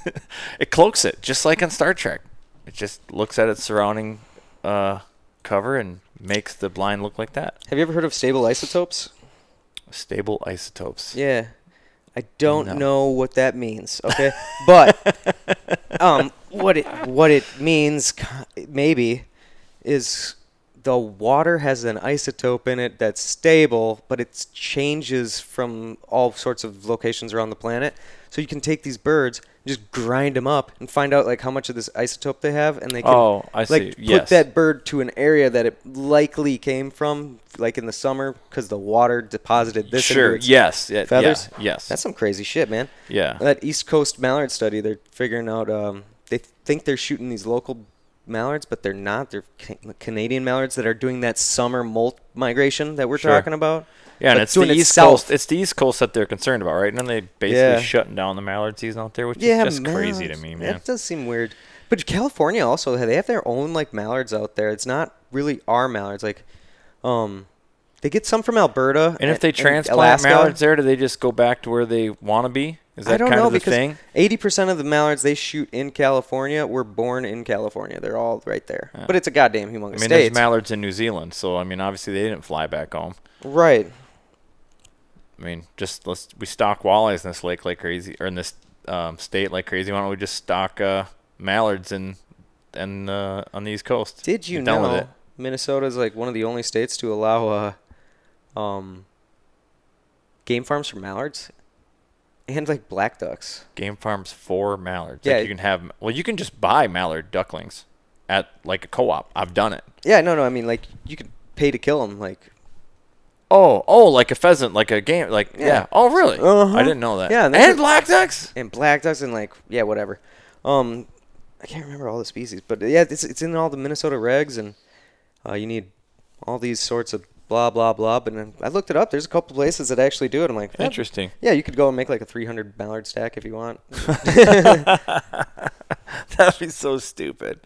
Speaker 2: it cloaks it, just like on Star Trek. It just looks at its surrounding uh, cover and makes the blind look like that.
Speaker 3: Have you ever heard of stable isotopes?
Speaker 2: Stable isotopes.
Speaker 3: Yeah. I don't
Speaker 2: No.
Speaker 3: know what that means, okay? but um what it what it means ki- maybe is the water has an isotope in it that's stable, but it changes from all sorts of locations around the planet. So you can take these birds, just grind them up, and find out like how much of this isotope they have, and they can
Speaker 2: Oh, I see.
Speaker 3: like
Speaker 2: Yes.
Speaker 3: put that bird to an area that it likely came from, like in the summer, because the water deposited this. into
Speaker 2: sure.
Speaker 3: its
Speaker 2: Yes. Yeah, yeah,
Speaker 3: feathers.
Speaker 2: yes.
Speaker 3: that's some crazy shit, man.
Speaker 2: Yeah.
Speaker 3: That East Coast mallard study, they're figuring out. Um, they think they're shooting these local mallards, but they're not. They're Ca- Canadian mallards that are doing that summer molt migration that we're
Speaker 2: Sure.
Speaker 3: talking about.
Speaker 2: Yeah, and
Speaker 3: but
Speaker 2: it's the
Speaker 3: doing it
Speaker 2: East
Speaker 3: south.
Speaker 2: Coast. It's the East Coast that they're concerned about, right? And then they basically
Speaker 3: Yeah.
Speaker 2: shutting down the mallard season out there, which
Speaker 3: yeah,
Speaker 2: is just crazy to
Speaker 3: mallards.
Speaker 2: me, man.
Speaker 3: That does seem weird. But California also they have their own like mallards out there. It's not really our mallards. Like, um, they get some from Alberta.
Speaker 2: And if they transplant
Speaker 3: Alaska.
Speaker 2: mallards there, do they just go back to where they want to be? Is that
Speaker 3: I don't
Speaker 2: kind
Speaker 3: know
Speaker 2: of the
Speaker 3: because
Speaker 2: thing?
Speaker 3: eighty percent of the mallards they shoot in California were born in California. They're all right there. But it's a goddamn humongous
Speaker 2: I mean,
Speaker 3: state,
Speaker 2: there's mallards in New Zealand, so I mean, obviously they didn't fly back home.
Speaker 3: right?
Speaker 2: I mean, just let's we stock walleyes in this lake like crazy, or in this um, state like crazy. Why don't we just stock uh, mallards and and uh, on the East Coast?
Speaker 3: Did you
Speaker 2: Get down with
Speaker 3: know
Speaker 2: it.
Speaker 3: Minnesota is like one of the only states to allow uh, um, game farms for mallards and like black ducks?
Speaker 2: Game farms for mallards.
Speaker 3: Yeah.
Speaker 2: Like you can have. Well, you can just buy mallard ducklings at like a co-op. I've done it.
Speaker 3: Yeah, no, no. I mean, like you could pay to kill them. Like,
Speaker 2: Oh, oh, like a pheasant, like a game, like yeah.
Speaker 3: Yeah.
Speaker 2: Oh, really?
Speaker 3: Uh-huh.
Speaker 2: I didn't know that.
Speaker 3: Yeah,
Speaker 2: and,
Speaker 3: and that's it.
Speaker 2: black ducks.
Speaker 3: and black ducks and like yeah whatever um i can't remember all the species but yeah it's, it's in all the minnesota regs and uh, you need all these sorts of blah blah blah but then i looked it up there's a couple places that actually do it i'm like that-
Speaker 2: Interesting.
Speaker 3: yeah you could go and make like a 300 mallard stack if you want
Speaker 2: That'd be so stupid.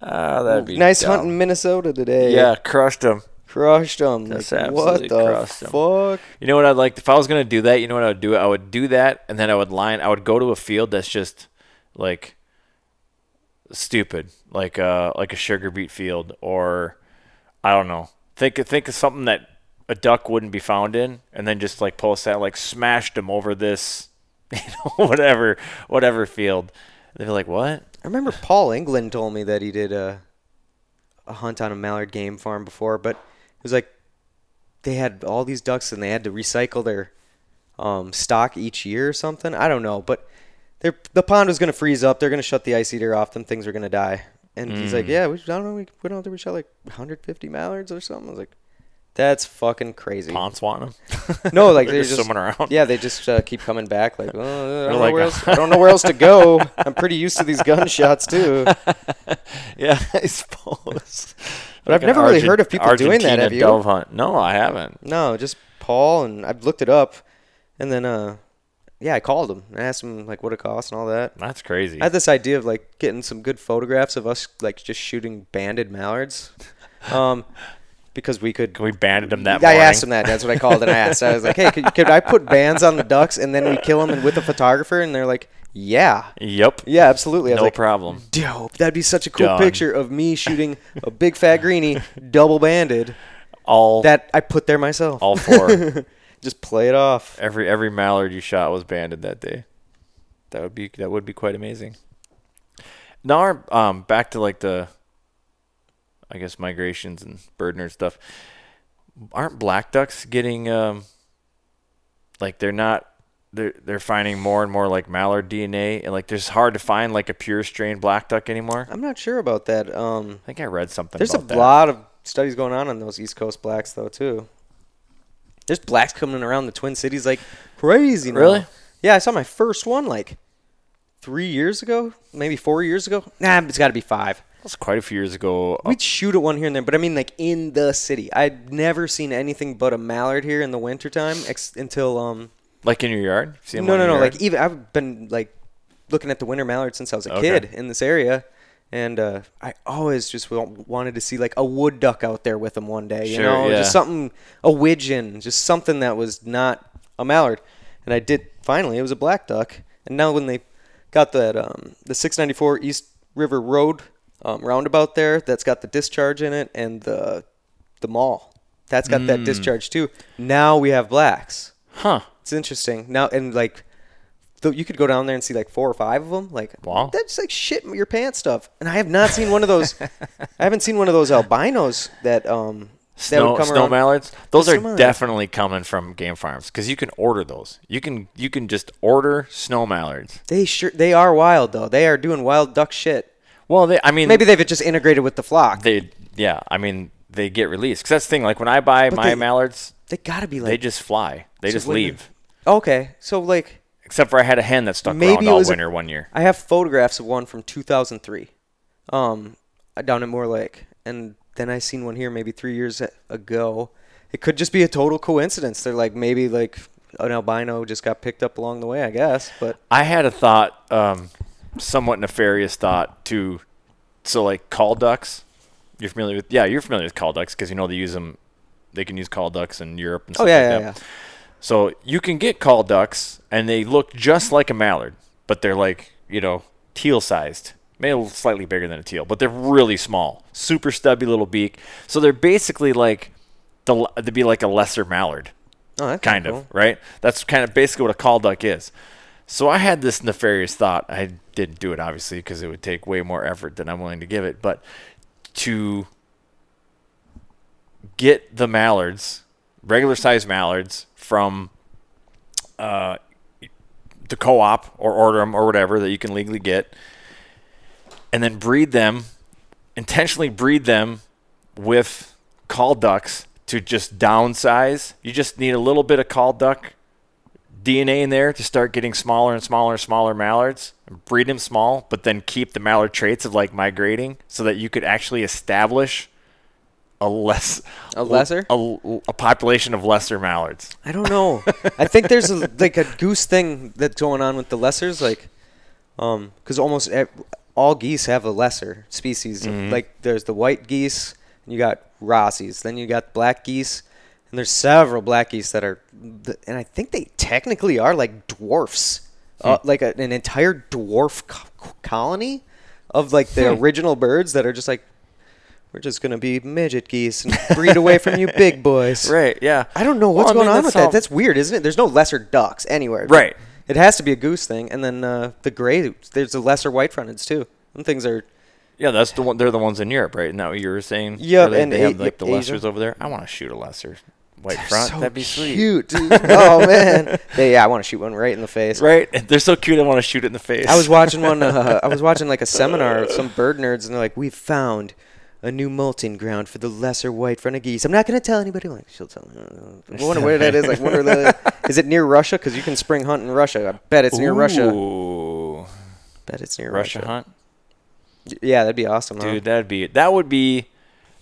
Speaker 2: Ah, that'd be
Speaker 3: nice
Speaker 2: dumb.
Speaker 3: hunting minnesota today
Speaker 2: Yeah, crushed them.
Speaker 3: crushed them
Speaker 2: Just
Speaker 3: what
Speaker 2: absolutely
Speaker 3: the
Speaker 2: crushed 'em.
Speaker 3: fuck
Speaker 2: You know what I'd like? If I was gonna do that, you know what I would do? I would do that, and then I would line. I would go to a field that's just like stupid, like uh, like a sugar beet field, or I don't know. Think think of something that a duck wouldn't be found in, and then just like post that, like smashed them over this, you know, whatever whatever field. They'd be like, "What?
Speaker 3: i remember paul england told me that he did a, a hunt on a mallard game farm before but it was like they had all these ducks and they had to recycle their um, stock each year or something. I don't know, but they're, the pond was going to freeze up. They're going to shut the ice eater off. Them things are going to die. And he's
Speaker 2: Mm.
Speaker 3: like, "Yeah, we, I don't know. We, we don't have to reach out like 150 mallards or something." I was like, "That's fucking crazy."
Speaker 2: Ponce want them?"
Speaker 3: No, like
Speaker 2: They're
Speaker 3: they
Speaker 2: just
Speaker 3: just
Speaker 2: swimming around.
Speaker 3: Yeah, they just uh, keep coming back. Like, oh, I, don't
Speaker 2: like,
Speaker 3: know where else, I don't know where else to go. I'm pretty used to these gunshots too.
Speaker 2: yeah, I suppose.
Speaker 3: But
Speaker 2: Like
Speaker 3: I've
Speaker 2: an
Speaker 3: never really
Speaker 2: Argent-
Speaker 3: heard of people doing that,
Speaker 2: Argentina
Speaker 3: have you?
Speaker 2: Dove hunt? No, I haven't.
Speaker 3: No, just Paul and I've looked it up, and then uh, yeah, I called him and asked him like what it costs and all that.
Speaker 2: That's crazy.
Speaker 3: I had this idea of like getting some good photographs of us like just shooting banded mallards, um, because we could.
Speaker 2: Can we banded him that
Speaker 3: I
Speaker 2: morning?
Speaker 3: asked him that. That's what I called and I asked. I was like, "Hey, could, could I put bands on the ducks and then we kill them and with a photographer?" And they're like, "Yeah,
Speaker 2: Yep.
Speaker 3: yeah, absolutely." I was
Speaker 2: no
Speaker 3: like,
Speaker 2: problem.
Speaker 3: Dope. That'd be such a cool
Speaker 2: Done.
Speaker 3: picture of me shooting a big fat greenie, double banded.
Speaker 2: All
Speaker 3: That I put there myself.
Speaker 2: all four.
Speaker 3: Just play it off.
Speaker 2: Every every mallard you shot was banded that day. That would be that would be quite amazing. Now, our, um, back to like the, I guess migrations and bird nerd stuff. Aren't black ducks getting um, like they're not they're they're finding more and more like mallard DNA and like there's hard to find like a pure strain black duck anymore. I
Speaker 3: I'm not sure about that. Um,
Speaker 2: think I read something.
Speaker 3: there's a
Speaker 2: about that.
Speaker 3: lot of studies going on on those East Coast blacks though too. There's blacks coming around the Twin Cities like crazy. Now.
Speaker 2: Really?
Speaker 3: Yeah, I saw my first one like three years ago, maybe four years ago. Nah, it's got to be five.
Speaker 2: That was quite a few years ago. up-
Speaker 3: We'd shoot at one here and there, but I mean, like in the city. I'd never seen anything but a mallard here in the wintertime ex- until um.
Speaker 2: like in your yard? See 'em
Speaker 3: No,
Speaker 2: on
Speaker 3: no,
Speaker 2: your
Speaker 3: no.
Speaker 2: yard?
Speaker 3: Like e- even I've been like looking at the winter mallard since I was a
Speaker 2: Okay.
Speaker 3: kid in this area, and uh, I always just wa- wanted to see like a wood duck out there with them one day. You
Speaker 2: Sure,
Speaker 3: know,
Speaker 2: yeah.
Speaker 3: just something a widgeon, just something that was not a mallard. And I did finally. It was a black duck. And now when they got that um, the 694 East River Road um, roundabout there, that's got the discharge in it and the the mall. That's got
Speaker 2: Hmm.
Speaker 3: that discharge too. Now we have blacks.
Speaker 2: huh?
Speaker 3: It's interesting now, and like, though you could go down there and see like four or five of them. Like,
Speaker 2: Wow.
Speaker 3: that's like shit in your pants stuff. And I have not seen one of those. I haven't seen one of those albinos that um that
Speaker 2: Snow,
Speaker 3: would come
Speaker 2: snow
Speaker 3: around.
Speaker 2: mallards. Those
Speaker 3: Snow
Speaker 2: are
Speaker 3: mallards.
Speaker 2: definitely coming from game farms because you can order those. You can you can just order snow mallards.
Speaker 3: They sure they are wild though. They are doing wild duck shit.
Speaker 2: Well, they, I mean,
Speaker 3: Maybe they've just integrated with the flock. They,
Speaker 2: they yeah. I mean, they get released because that's the thing. Like when I buy my
Speaker 3: they-
Speaker 2: mallards,
Speaker 3: gotta be like
Speaker 2: they just fly. They
Speaker 3: so
Speaker 2: just
Speaker 3: what do you-
Speaker 2: leave.
Speaker 3: okay. So like,
Speaker 2: Except for I had a hen that stuck
Speaker 3: Maybe
Speaker 2: around
Speaker 3: it
Speaker 2: all
Speaker 3: was a-
Speaker 2: winter one year.
Speaker 3: I have photographs of one from 2003, um, down at Moore Lake, and then I seen one here maybe three years a- ago. It could just be a total coincidence. They're like maybe like an albino just got picked up along the way, I guess. But oh,
Speaker 2: I had a thought, um, somewhat nefarious thought to, so like call ducks. You're familiar with yeah, you're familiar with call ducks because you know they use them. They can use call ducks in Europe and
Speaker 3: oh
Speaker 2: stuff
Speaker 3: yeah,
Speaker 2: like
Speaker 3: yeah,
Speaker 2: that.
Speaker 3: yeah.
Speaker 2: So you can get call ducks, and they look just like a mallard, but they're like you know teal sized, maybe a little slightly bigger than a teal, but they're really small, super stubby little beak. So they're basically like the they'd be like a lesser mallard
Speaker 3: Oh, that's
Speaker 2: kind
Speaker 3: cool.
Speaker 2: of, right? That's kind of basically what a call duck is. So I had this nefarious thought. I didn't do it obviously because it would take way more effort than I'm willing to give it, but to get the mallards, regular size mallards from uh, the co-op or order them or whatever that you can legally get and then breed them intentionally breed them with call ducks to just downsize. You just need a little bit of call duck DNA in there to start getting smaller and smaller and smaller mallards. Breed them small, but then keep the mallard traits of like migrating so that you could actually establish a less
Speaker 3: A lesser?
Speaker 2: a, a population of lesser mallards.
Speaker 3: I don't know. I think there's a, like a goose thing that's going on with the lessers, like, um, because almost ev- all geese have a lesser species.
Speaker 2: Mm-hmm.
Speaker 3: Like, there's the white geese, and you got Rossies, then you got black geese, and there's several black geese that are, th- and I think they technically are like dwarfs, uh,
Speaker 2: Hmm.
Speaker 3: like a, an entire dwarf co- colony of like the
Speaker 2: Hmm.
Speaker 3: original birds that are just like. We're just gonna be midget geese and breed away from you big boys.
Speaker 2: Right, yeah.
Speaker 3: I don't know what's
Speaker 2: Well, I mean,
Speaker 3: going on with
Speaker 2: that's all-
Speaker 3: that. That's weird, isn't it? There's no lesser ducks anywhere. but
Speaker 2: Right.
Speaker 3: It has to be a goose thing, and then uh, the gray. There's the lesser white fronteds too. Them things are.
Speaker 2: Yeah, that's the one. They're the ones in Europe, right? Isn't that what you were saying?
Speaker 3: Yeah,
Speaker 2: Where they,
Speaker 3: and
Speaker 2: they have
Speaker 3: A-
Speaker 2: like the
Speaker 3: Asia.
Speaker 2: lessers over there. I want to shoot a lesser white front. That'd be sweet.
Speaker 3: Cute, dude. oh man. Yeah, yeah, I want to shoot one right in the face.
Speaker 2: Right? They're so cute. I want to shoot it in the face.
Speaker 3: I was watching one. Uh, I was watching like a seminar with some bird nerds, and they're like, "We've found a new molting ground for the lesser white fronted geese." I'm not gonna tell anybody. I'm like, she'll tell. Me. I wonder where that is. Like, wonder that is. is it near Russia? Because you can spring hunt in Russia. I bet it's near Russia.
Speaker 2: Ooh,
Speaker 3: Bet it's near
Speaker 2: Russia
Speaker 3: Russia.
Speaker 2: hunt,
Speaker 3: Yeah, that'd be awesome, huh?
Speaker 2: dude. That'd be that would be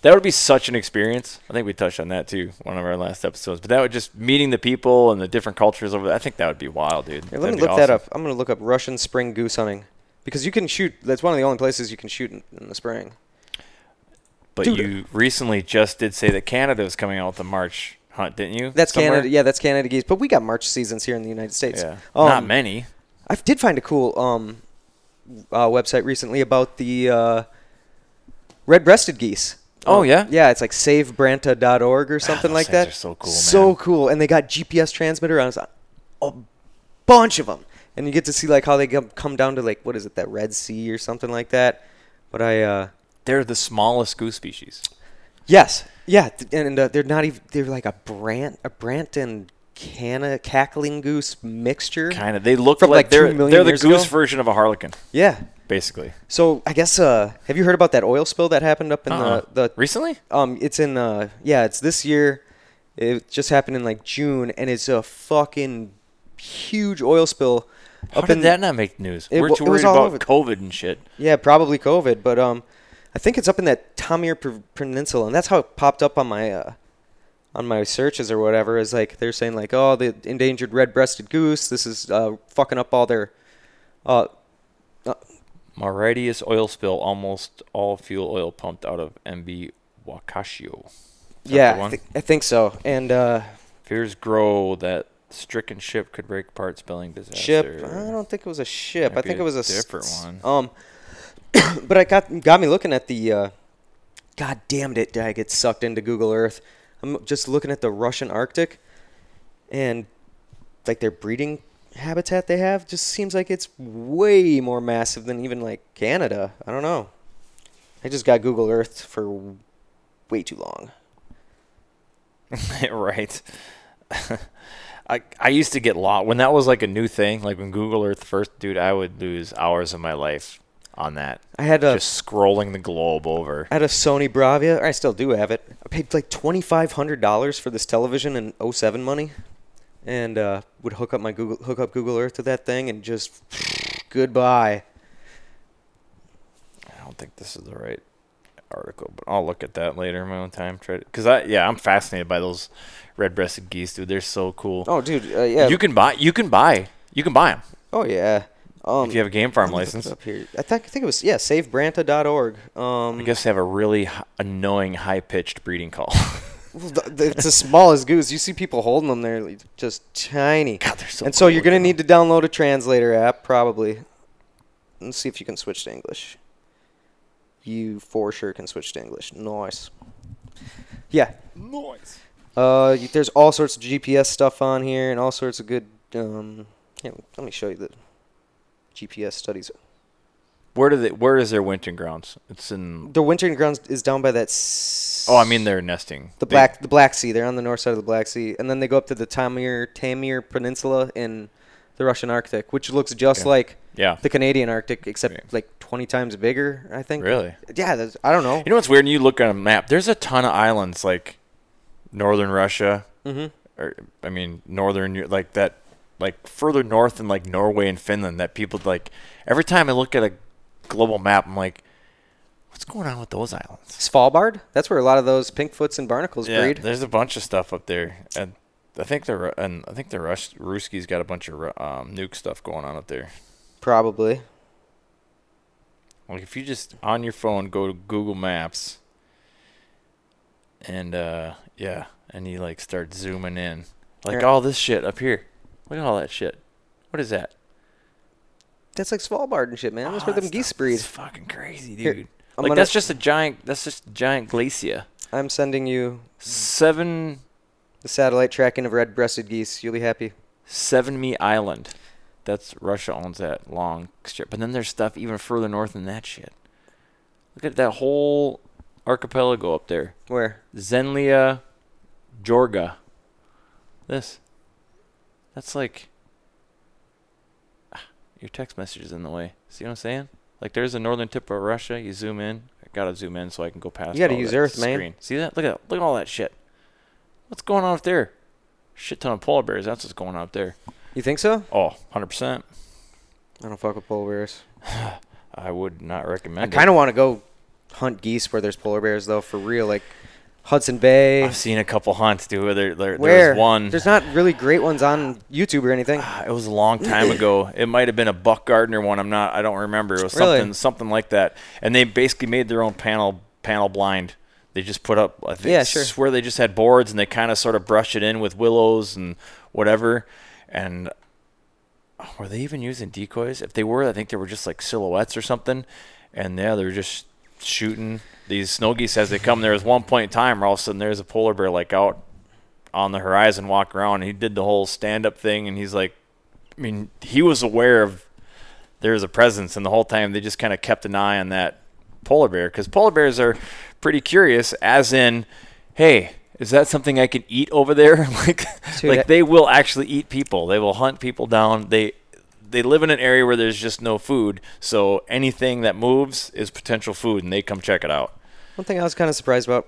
Speaker 2: that would be such an experience. I think we touched on that too, one of our last episodes. But that would just meeting the people and the different cultures over there. I think that would be wild, dude.
Speaker 3: Here, let
Speaker 2: That'd be
Speaker 3: me look that
Speaker 2: awesome.
Speaker 3: up. I'm gonna look up Russian spring goose hunting because you can shoot. That's one of the only places you can shoot in, in the spring.
Speaker 2: But
Speaker 3: Dude.
Speaker 2: you recently just did say that Canada was coming out with a March hunt, didn't you?
Speaker 3: That's
Speaker 2: Somewhere?
Speaker 3: Canada. Yeah, that's Canada geese. But we got March seasons here in the United States.
Speaker 2: Yeah.
Speaker 3: Um,
Speaker 2: Not many.
Speaker 3: I did find a cool um, uh, website recently about the uh, red-breasted geese.
Speaker 2: Oh yeah. Ah,
Speaker 3: Yeah, it's like savebranta.org or
Speaker 2: those
Speaker 3: something like
Speaker 2: things
Speaker 3: that.
Speaker 2: are so cool,
Speaker 3: So
Speaker 2: man.
Speaker 3: cool. And they got GPS transmitter on a bunch of them. And you get to see like how they come come down to like what is it that Red Sea or something like that. But I uh
Speaker 2: They're the smallest goose species.
Speaker 3: yes. Yeah, th- and uh, they're not even they're like a Brant a Branton canna cackling goose mixture.
Speaker 2: Kind of. They look
Speaker 3: Mm. From,
Speaker 2: like,
Speaker 3: like, two
Speaker 2: they're
Speaker 3: million
Speaker 2: they're the
Speaker 3: years
Speaker 2: goose
Speaker 3: ago?
Speaker 2: version of a harlequin,
Speaker 3: Yeah.
Speaker 2: basically.
Speaker 3: So I guess uh have you heard about that oil spill that happened up in
Speaker 2: Uh-uh.
Speaker 3: the the
Speaker 2: Recently?
Speaker 3: Um, it's in uh, yeah, it's this year. It just happened in like June, and it's a fucking huge oil spill
Speaker 2: How
Speaker 3: up
Speaker 2: did
Speaker 3: in
Speaker 2: that not make news?
Speaker 3: It
Speaker 2: We're
Speaker 3: wa-
Speaker 2: too
Speaker 3: it was
Speaker 2: worried about
Speaker 3: all over-
Speaker 2: COVID and shit.
Speaker 3: yeah, probably COVID, but um, I think it's up in that Tamir P- Peninsula, and that's how it popped up on my uh, on my searches or whatever. Is like they're saying like, oh, the endangered red-breasted goose. This is uh, fucking up all their uh,
Speaker 2: Mauritius oil spill, almost all fuel oil pumped out of MB Wakashio. Is that the
Speaker 3: yeah, I,
Speaker 2: one?
Speaker 3: thi- I think so, and uh,
Speaker 2: Fears grow that stricken ship could break apart, spelling disaster.
Speaker 3: ship. I don't think it was a ship.
Speaker 2: Might
Speaker 3: I think
Speaker 2: be
Speaker 3: it
Speaker 2: a
Speaker 3: was a s-
Speaker 2: different
Speaker 3: s-
Speaker 2: one.
Speaker 3: Um, but I got got me looking at the. Uh, God damn it! Did I get sucked into Google Earth? I'm just looking at the Russian Arctic, and like their breeding habitat they have just seems like it's way more massive than even like Canada. I don't know. I just got Google Earth for way too long.
Speaker 2: right. I I used to get lost when that was like a new thing, like when Google Earth first, dude. I would lose hours of my life on that,
Speaker 3: I had a
Speaker 2: just scrolling the globe over.
Speaker 3: I had a Sony Bravia. or I still do have it. I paid like twenty five hundred dollars for this television in 07 money, and uh, would hook up my Google hook up Google Earth to that thing and just goodbye.
Speaker 2: I don't think this is the right article, but I'll look at that later in my own time. Try because I yeah, I'm fascinated by those red-breasted geese, dude. They're so cool.
Speaker 3: Oh, dude, uh, yeah.
Speaker 2: You can buy, you can buy, you can buy them
Speaker 3: oh yeah. Um,
Speaker 2: if you have a game farm
Speaker 3: let me look it
Speaker 2: license.
Speaker 3: up here. I think I think it was yeah. SaveBranta.org.
Speaker 2: I
Speaker 3: Um,
Speaker 2: guess they have a really h- annoying, high-pitched breeding call.
Speaker 3: well, th- th- it's the smallest goose. You see people holding them, they're like, just tiny.
Speaker 2: God, they're so
Speaker 3: and so
Speaker 2: cool
Speaker 3: you're gonna
Speaker 2: looking,
Speaker 3: need to download a translator app probably. Let's see if you can switch to English. You for sure can switch to English. Nice. Yeah.
Speaker 2: Noise.
Speaker 3: Uh, you- there's all sorts of GPS stuff on here and all sorts of good. Um, here, let me show you the GPS studies.
Speaker 2: Where do they? Where is their wintering grounds? It's in.
Speaker 3: The wintering grounds is down by that. S-
Speaker 2: Oh, I mean their nesting.
Speaker 3: the
Speaker 2: They-
Speaker 3: black the Black Sea. They're on the north side of the Black Sea, and then they go up to the Tamir Tamir Peninsula in the Russian Arctic, which looks just
Speaker 2: Okay.
Speaker 3: like
Speaker 2: Yeah.
Speaker 3: the Canadian Arctic, except
Speaker 2: Yeah.
Speaker 3: like twenty times bigger. I think.
Speaker 2: Really?
Speaker 3: Yeah. That's, I don't know.
Speaker 2: You know what's weird? You look at a map. There's a ton of islands like northern Russia, mm-hmm. or I mean northern Eu- like that, like further north than like Norway and Finland. That people like every time I look at a global map, I'm like, what's going on with those islands?
Speaker 3: Svalbard. That's where a lot of those pinkfoots and barnacles
Speaker 2: Yeah,
Speaker 3: breed.
Speaker 2: there's a bunch of stuff up there, and I think the Ru- and I think the Rus- Ruskies got a bunch of Ru- um, nuke stuff going on up there.
Speaker 3: Probably.
Speaker 2: Like if you just on your phone go to Google Maps and uh yeah, and you like start zooming in. Like
Speaker 3: Alright.
Speaker 2: all this shit up here. Look at all that shit. What is that?
Speaker 3: That's like Svalbard and shit, man. That's
Speaker 2: Oh,
Speaker 3: where them
Speaker 2: that
Speaker 3: geese
Speaker 2: stuff
Speaker 3: breed.
Speaker 2: is fucking crazy, dude.
Speaker 3: Here, I'm
Speaker 2: like
Speaker 3: gonna-
Speaker 2: that's just a giant that's just a giant glacier.
Speaker 3: I'm sending you
Speaker 2: Seven
Speaker 3: the satellite tracking of red-breasted geese. You'll be happy.
Speaker 2: Seven Me Island. That's Russia owns that long strip. But then there's stuff even further north than that shit. Look at that whole archipelago up there.
Speaker 3: Where?
Speaker 2: Zenlia Jorga. This. That's like. Ah, Your text message is in the way. See what I'm saying? Like there's the northern tip of Russia. You zoom in. I gotta zoom in so I can go past.
Speaker 3: You gotta
Speaker 2: all
Speaker 3: use
Speaker 2: that
Speaker 3: Earth, man.
Speaker 2: See that? Look at that. Look at all that shit. What's going on up there? Shit ton of polar bears. That's what's going on up there.
Speaker 3: You think so?
Speaker 2: Oh, 100%.
Speaker 3: I don't fuck with polar bears.
Speaker 2: I would not recommend
Speaker 3: I kind of want to go hunt geese where there's polar bears, though, for real. Like Hudson Bay.
Speaker 2: I've seen a couple hunts, dude. There, there,
Speaker 3: where
Speaker 2: there's one.
Speaker 3: There's not really great ones on YouTube or anything.
Speaker 2: it was a long time ago. It might have been a Buck Gardner one. I'm not. I don't remember. It was
Speaker 3: Really?
Speaker 2: something something like that. And they basically made their own panel panel blind. They just put up. I think,
Speaker 3: Yeah, sure.
Speaker 2: Swear they just had boards and they kind of sort of brushed it in with willows and whatever. And oh, were they even using decoys? If they were, I think they were just like silhouettes or something. And yeah, they were just shooting these snow geese as they come. There was one point in time where all of a sudden there's a polar bear like out on the horizon, walk around. And he did the whole stand up thing, and he's like, I mean, he was aware of there's a presence, and the whole time they just kind of kept an eye on that polar bear because polar bears are pretty curious, as in, hey. Is that something I can eat over there? like,
Speaker 3: Dude,
Speaker 2: like
Speaker 3: that-
Speaker 2: they will actually eat people. They will hunt people down. They they live in an area where there's just no food, so anything that moves is potential food, and they come check it out.
Speaker 3: One thing I was kind of surprised about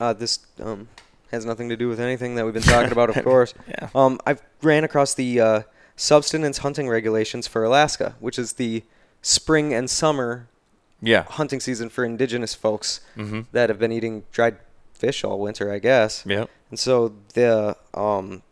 Speaker 3: uh, this um, has nothing to do with anything that we've been talking about, of course.
Speaker 2: Yeah.
Speaker 3: Um, I ran across the uh, subsistence hunting regulations for Alaska, which is the spring and summer
Speaker 2: Yeah,
Speaker 3: hunting season for indigenous folks
Speaker 2: Mm-hmm.
Speaker 3: that have been eating dried fish all winter, I guess.
Speaker 2: Yep.
Speaker 3: And so the um,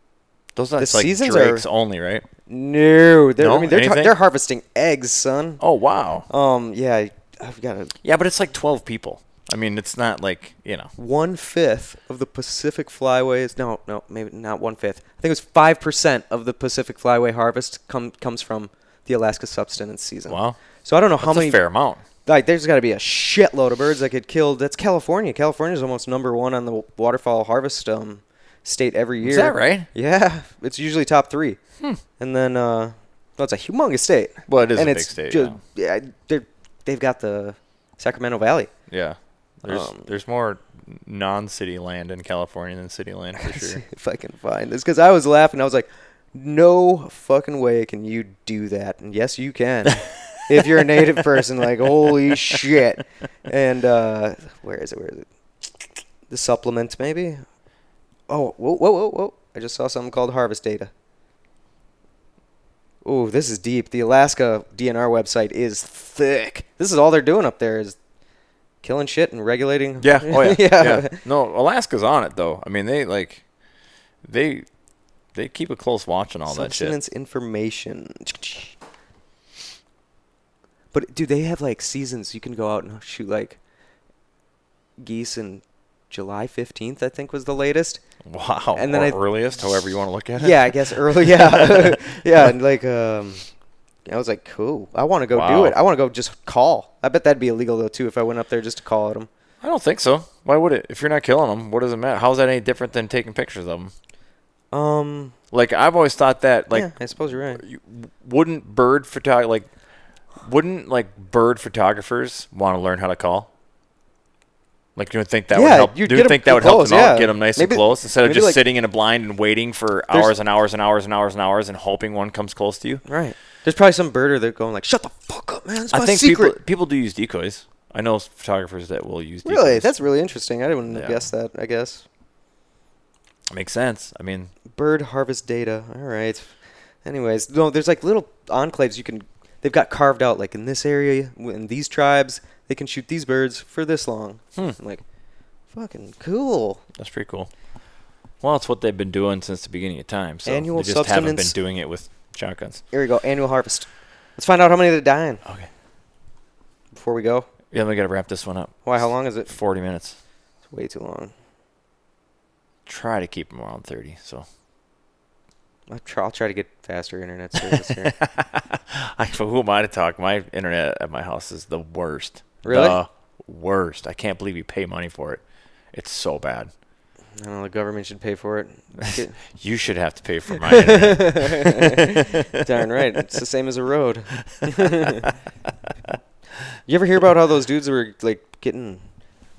Speaker 2: those are like
Speaker 3: seasons
Speaker 2: drakes
Speaker 3: are-
Speaker 2: only, right?
Speaker 3: no, they're,
Speaker 2: No?
Speaker 3: I mean they're
Speaker 2: Anything?
Speaker 3: they're harvesting eggs, son.
Speaker 2: Oh wow.
Speaker 3: Um, yeah, I- I've got a
Speaker 2: Yeah, but it's like twelve people. I mean, it's not like you know.
Speaker 3: one fifth of the Pacific Flyways. No, no, maybe not one fifth. I think it was five percent of the Pacific Flyway harvest come comes from the Alaska subsistence season.
Speaker 2: Wow.
Speaker 3: So I don't know how
Speaker 2: That's
Speaker 3: many.
Speaker 2: a fair amount.
Speaker 3: Like, there's got to be a shitload of birds that get killed. That's California. California's almost number one on the waterfowl harvest um, state every year.
Speaker 2: Is that right? Hmm.
Speaker 3: Yeah, it's usually top three. And then, uh, well, it's a humongous state.
Speaker 2: Well, it is
Speaker 3: and
Speaker 2: a big
Speaker 3: it's
Speaker 2: state,
Speaker 3: Just, yeah, they're, they've got the Sacramento Valley.
Speaker 2: Yeah. There's
Speaker 3: Um,
Speaker 2: there's more non-city land in California than city land for sure.
Speaker 3: See if I can find this because I was laughing. I was like, "No fucking way can you do that!" And yes, you can. if you're a native person, like holy shit. And uh, where is it? Where is it? The supplement, maybe. Oh, whoa, whoa, whoa, whoa! I just saw something called Harvest Data. Ooh, this is deep. The Alaska DNR website is thick. This is all they're doing up there is killing shit and regulating.
Speaker 2: Yeah. Oh yeah. yeah.
Speaker 3: yeah.
Speaker 2: No, Alaska's on it though. I mean, they like they they keep a close watch on all that shit.
Speaker 3: Substance information. But do they have like seasons? You can go out and shoot like geese in July fifteenth, I think was the latest.
Speaker 2: Wow.
Speaker 3: And
Speaker 2: And
Speaker 3: then
Speaker 2: then
Speaker 3: I-
Speaker 2: earliest, however you want to look at it.
Speaker 3: Yeah, I guess early. Yeah, yeah, and like um, I was like, cool. I want to go
Speaker 2: Wow.
Speaker 3: do it. I want to go just call. I bet that'd be illegal though too if I went up there just to call at them.
Speaker 2: I don't think so. Why would it? If you're not killing them, what does it matter? How's that any different than taking pictures of them?
Speaker 3: Um,
Speaker 2: Like I've always thought that like uh,
Speaker 3: yeah, I suppose you're right.
Speaker 2: you- wouldn't bird photog like wouldn't like bird photographers want to learn how to call? Like you would think that would
Speaker 3: Yeah,
Speaker 2: help.
Speaker 3: you'd
Speaker 2: Do
Speaker 3: get
Speaker 2: you
Speaker 3: 'em
Speaker 2: think that would help
Speaker 3: close,
Speaker 2: them
Speaker 3: yeah.
Speaker 2: out, get them nice
Speaker 3: Maybe-
Speaker 2: and close instead of
Speaker 3: maybe,
Speaker 2: just
Speaker 3: like-
Speaker 2: sitting in a blind and waiting for
Speaker 3: There's-
Speaker 2: hours and hours and hours and hours and hours and hoping one comes close to you?
Speaker 3: Right. There's probably some birder that going like, shut the fuck up, man. It's my
Speaker 2: I think
Speaker 3: secret.
Speaker 2: people people do use decoys. I know photographers that will use decoys.
Speaker 3: Really, that's really interesting. I didn't
Speaker 2: Yeah.
Speaker 3: guess that. I guess.
Speaker 2: makes sense. I mean,
Speaker 3: bird harvest data. All right. Anyways, no, there's like little enclaves you can. They've got carved out like in this area in these tribes they can shoot these birds for this long. I'm like, fucking cool.
Speaker 2: That's pretty cool. Well, it's what they've been doing since the beginning of time. So
Speaker 3: Annual
Speaker 2: they just haven't been
Speaker 3: subsistence-
Speaker 2: doing it with shotguns.
Speaker 3: Here we go, annual harvest. Let's find out how many they're dying
Speaker 2: Okay.
Speaker 3: before we go.
Speaker 2: Yeah, we got to wrap this one up.
Speaker 3: Why? How long is it?
Speaker 2: 40 minutes.
Speaker 3: It's way too long.
Speaker 2: Try to keep them around 30. So
Speaker 3: I'll try, I'll try to get faster internet service here.
Speaker 2: I, who am I to talk? My internet at my house is the worst.
Speaker 3: Really?
Speaker 2: The worst. I can't believe you pay money for it. It's so bad.
Speaker 3: I don't know. The government should pay for it. Get-
Speaker 2: You should have to pay for my internet.
Speaker 3: Darn right. It's the same as a road. you ever hear about how those dudes were like getting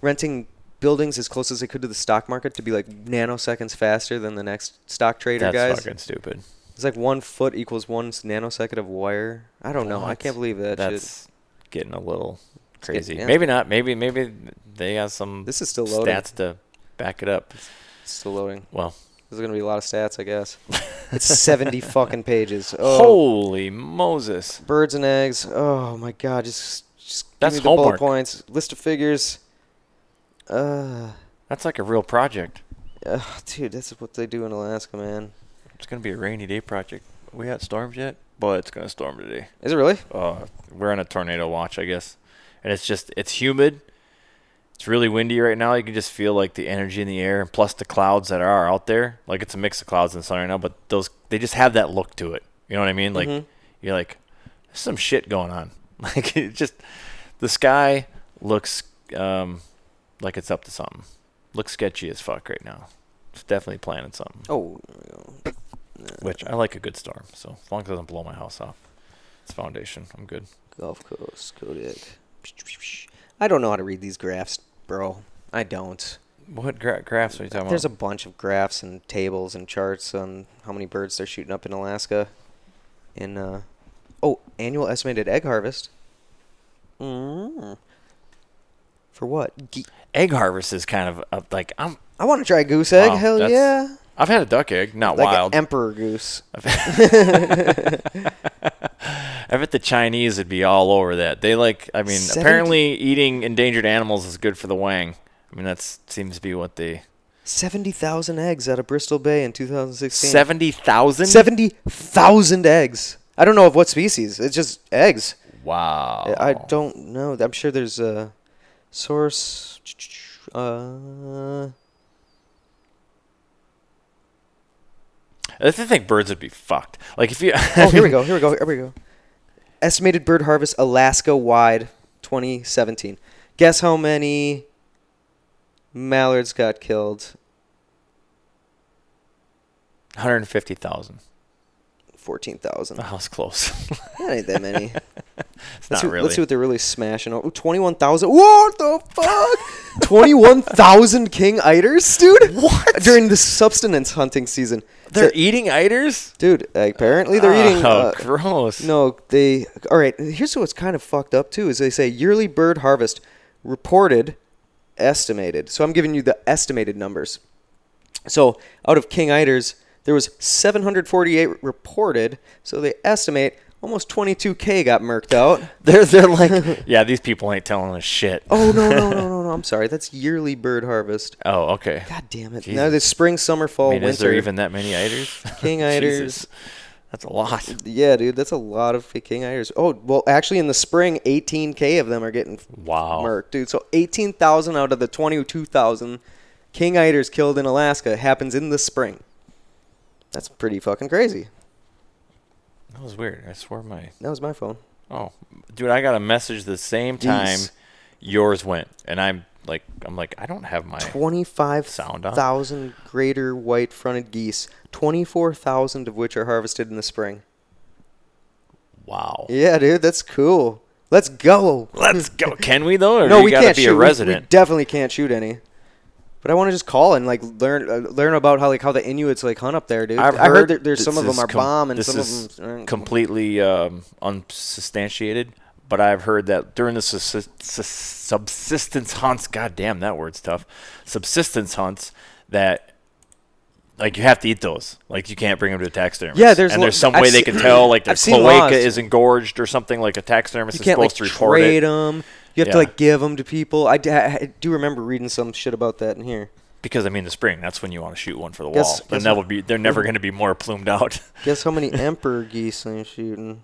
Speaker 3: renting buildings as close as they could to the stock market to be like nanoseconds faster than the next stock trader
Speaker 2: That's
Speaker 3: guys?
Speaker 2: fucking stupid.
Speaker 3: It's like one foot equals one s- nanosecond of wire. I don't know. I
Speaker 2: What?
Speaker 3: can't believe that shit.
Speaker 2: That's getting a little
Speaker 3: getting-
Speaker 2: crazy.
Speaker 3: yeah.
Speaker 2: Maybe not. Maybe maybe they got some
Speaker 3: This is still loading.
Speaker 2: stats to back it up.
Speaker 3: It's still loading.
Speaker 2: Well,
Speaker 3: There's gonna be a lot of stats, I guess. It's seventy fucking pages. Oh,
Speaker 2: Holy Moses.
Speaker 3: birds and eggs. Oh my god, just just give
Speaker 2: That's
Speaker 3: me the bullet
Speaker 2: homework.
Speaker 3: points. List of figures. Uh.
Speaker 2: That's like a real project.
Speaker 3: Ugh, dude, that's what they do in Alaska, man.
Speaker 2: It's going to be a rainy day project. We had storms yet, but it's going to storm today.
Speaker 3: Is it really?
Speaker 2: Uh, we're on a tornado watch, I guess. And it's just, it's humid. It's really windy right now. You can just feel like the energy in the air, and plus the clouds that are out there. Like it's a mix of clouds and sun right now, but those, they just have that look to it. You know what I mean?
Speaker 3: Mm-hmm.
Speaker 2: Like, you're like, there's some shit going on. Like, it just, the sky looks um, like it's up to something. Looks sketchy as fuck right now. It's definitely planning something.
Speaker 3: Oh,
Speaker 2: Which I like a good storm. So as long as it doesn't blow my house off, it's foundation. I'm good.
Speaker 3: Gulf Coast Kodak. I don't know how to read these graphs, bro. I don't.
Speaker 2: What gra- graphs are you talking
Speaker 3: There's a
Speaker 2: about?
Speaker 3: bunch of graphs and tables and charts on how many birds they're shooting up in Alaska. And uh, oh, annual estimated egg harvest. Mm. For what? Ge-
Speaker 2: egg harvest is kind of uh, like I'm.
Speaker 3: I want to try goose egg.
Speaker 2: Wow,
Speaker 3: Hell
Speaker 2: that's
Speaker 3: yeah!
Speaker 2: I've had a duck egg, not
Speaker 3: Like
Speaker 2: wild.
Speaker 3: an emperor goose.
Speaker 2: I bet the Chinese would be all over that. They like, I mean,
Speaker 3: Seventy-
Speaker 2: apparently eating endangered animals is good for the wang. I mean, that seems to be what they.
Speaker 3: Seventy thousand eggs out of Bristol Bay in 2016.
Speaker 2: Seventy thousand.
Speaker 3: Seventy thousand eggs. I don't know of what species. It's just eggs.
Speaker 2: Wow.
Speaker 3: I I don't know. I'm sure there's a source. Uh,
Speaker 2: I think birds would be fucked. Like if you.
Speaker 3: oh, here we go. Here we go. Here we go. Estimated bird harvest Alaska wide 2017. Guess how many mallards got killed?
Speaker 2: One hundred fifty thousand.
Speaker 3: 14,000.
Speaker 2: That was close.
Speaker 3: That ain't that many.
Speaker 2: it's
Speaker 3: Let's
Speaker 2: not
Speaker 3: see,
Speaker 2: really.
Speaker 3: let's see what they're really smashing. Oh, 21,000. What the fuck? 21,000 king eiders, dude?
Speaker 2: What?
Speaker 3: During the subsistence hunting season.
Speaker 2: They're
Speaker 3: So-
Speaker 2: eating eiders.
Speaker 3: dude, apparently they're eating.
Speaker 2: Oh,
Speaker 3: uh,
Speaker 2: gross.
Speaker 3: No, they. All right. Here's what's kind of fucked up too is they say yearly bird harvest reported, estimated. So I'm giving you the estimated numbers. So out of king eiders, there was 748 reported. So they estimate almost 22k got murked out.
Speaker 2: They're they're like, yeah, these people ain't telling us shit. Oh,
Speaker 3: Oh no no no no no! I'm sorry. That's yearly bird harvest.
Speaker 2: okay.
Speaker 3: God damn it!
Speaker 2: Jesus.
Speaker 3: Now there's spring, summer, fall,
Speaker 2: I mean,
Speaker 3: winter.
Speaker 2: is there even that many eiders?
Speaker 3: King
Speaker 2: Jesus.
Speaker 3: eiders.
Speaker 2: That's a lot.
Speaker 3: Yeah, dude, that's a lot of king eiders. Oh, well, actually, in the spring, 18k of them are getting
Speaker 2: Wow.
Speaker 3: murked, dude. So 18,000 out of the 22,000 king eiders killed in Alaska happens in the spring. That's pretty fucking crazy.
Speaker 2: That was weird. I swear my
Speaker 3: That was my phone.
Speaker 2: Oh, dude, I got a message the same time
Speaker 3: Jeez.
Speaker 2: yours went, and I'm like, I'm like, I don't have my. Sound on.
Speaker 3: 25,000 greater white-fronted geese, 24,000 of which are harvested in the spring.
Speaker 2: Wow.
Speaker 3: Yeah, dude, that's cool. Let's go.
Speaker 2: Let's go. Can we though? Or
Speaker 3: no,
Speaker 2: you
Speaker 3: we
Speaker 2: gotta
Speaker 3: can't
Speaker 2: be
Speaker 3: shoot.
Speaker 2: a
Speaker 3: We- We,
Speaker 2: resident.
Speaker 3: definitely can't shoot any. But I want to just call and like learn uh, learn about how like how the Inuits like hunt up there, dude. I heard that there's
Speaker 2: this
Speaker 3: some of them
Speaker 2: is
Speaker 3: are
Speaker 2: com-
Speaker 3: bomb and
Speaker 2: this
Speaker 3: some
Speaker 2: is
Speaker 3: of them.
Speaker 2: completely um, unsubstantiated. But I've heard that during the subsist- sus- subsistence hunts, goddamn, that word's tough. Subsistence hunts that. Like you have to eat those. Like you can't bring them to a taxidermist.
Speaker 3: Yeah, there's
Speaker 2: and
Speaker 3: lo-
Speaker 2: there's some
Speaker 3: I've
Speaker 2: way they
Speaker 3: se-
Speaker 2: can tell. Like their
Speaker 3: I've seen laws.
Speaker 2: cloaca is engorged or something. Like a taxidermist
Speaker 3: you
Speaker 2: is
Speaker 3: can't like
Speaker 2: supposed to report
Speaker 3: trade
Speaker 2: it.
Speaker 3: them. You have
Speaker 2: Yeah.
Speaker 3: to like give them to people. I, d- I do remember reading some shit about that in here.
Speaker 2: Because I mean, the spring. That's when you want to shoot one for the
Speaker 3: Guess-
Speaker 2: wall.
Speaker 3: guess
Speaker 2: Then that
Speaker 3: what-
Speaker 2: would be. They're never going to be more plumed out.
Speaker 3: Guess how many emperor geese I'm shooting?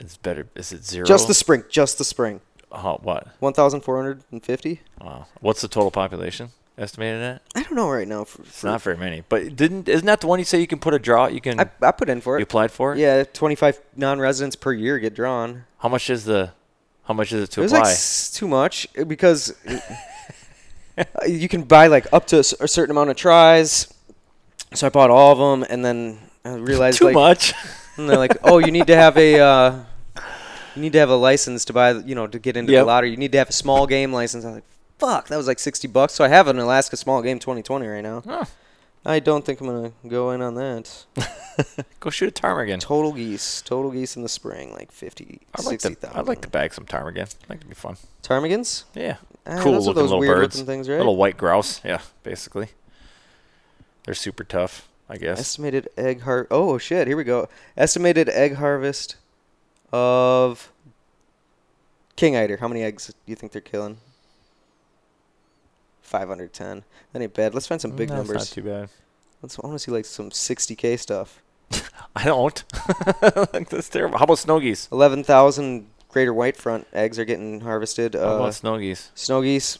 Speaker 2: it's better. Is it zero?
Speaker 3: Just the spring. Just the spring.
Speaker 2: Oh, what?
Speaker 3: One thousand four hundred and fifty.
Speaker 2: Wow. What's the total population estimated at?
Speaker 3: I don't know right now. For,
Speaker 2: It's
Speaker 3: for,
Speaker 2: not very many. But didn't isn't that the one you say you can put a draw? You can.
Speaker 3: I, I put in for
Speaker 2: you
Speaker 3: it.
Speaker 2: applied for it.
Speaker 3: Yeah, twenty-five non-residents per year get drawn.
Speaker 2: How much is the? How much is it to
Speaker 3: It was
Speaker 2: apply?
Speaker 3: like s- too much uh, because uh, you can buy like up to a s- a certain amount of tries. So I bought all of them, and then I realized
Speaker 2: Too
Speaker 3: like
Speaker 2: much.
Speaker 3: And they're like, "Oh, you need to have a uh, you need to have a license to buy, you know, to get into
Speaker 2: Yep.
Speaker 3: the lottery. You need to have a small game license." I'm like, "Fuck, that was like 60 bucks." So I have an Alaska small game 2020 right now.
Speaker 2: Huh.
Speaker 3: I don't think I'm going to go in on that.
Speaker 2: Go shoot a ptarmigan.
Speaker 3: Total geese, total geese in the spring like 50
Speaker 2: I'd like to.
Speaker 3: 60,000.
Speaker 2: I'd like to bag some ptarmigan. Like to be fun.
Speaker 3: ptarmigans?
Speaker 2: Yeah.
Speaker 3: Ah,
Speaker 2: cool
Speaker 3: those are
Speaker 2: looking
Speaker 3: those
Speaker 2: little
Speaker 3: weird
Speaker 2: birds.
Speaker 3: looking things, right?
Speaker 2: Little white grouse. Yeah, basically. They're super tough. I guess.
Speaker 3: Estimated egg har Oh shit, here we go. Estimated egg harvest of king eider. How many eggs do you think they're killing? 510. That ain't bad. Let's find some big
Speaker 2: No, it's
Speaker 3: numbers.
Speaker 2: not too bad.
Speaker 3: Let's I want to see like some 60k stuff.
Speaker 2: I don't. Like, That's terrible. How about snow geese?
Speaker 3: 11,000 greater white front eggs are getting harvested.
Speaker 2: How
Speaker 3: Uh,
Speaker 2: about snow geese?
Speaker 3: snow geese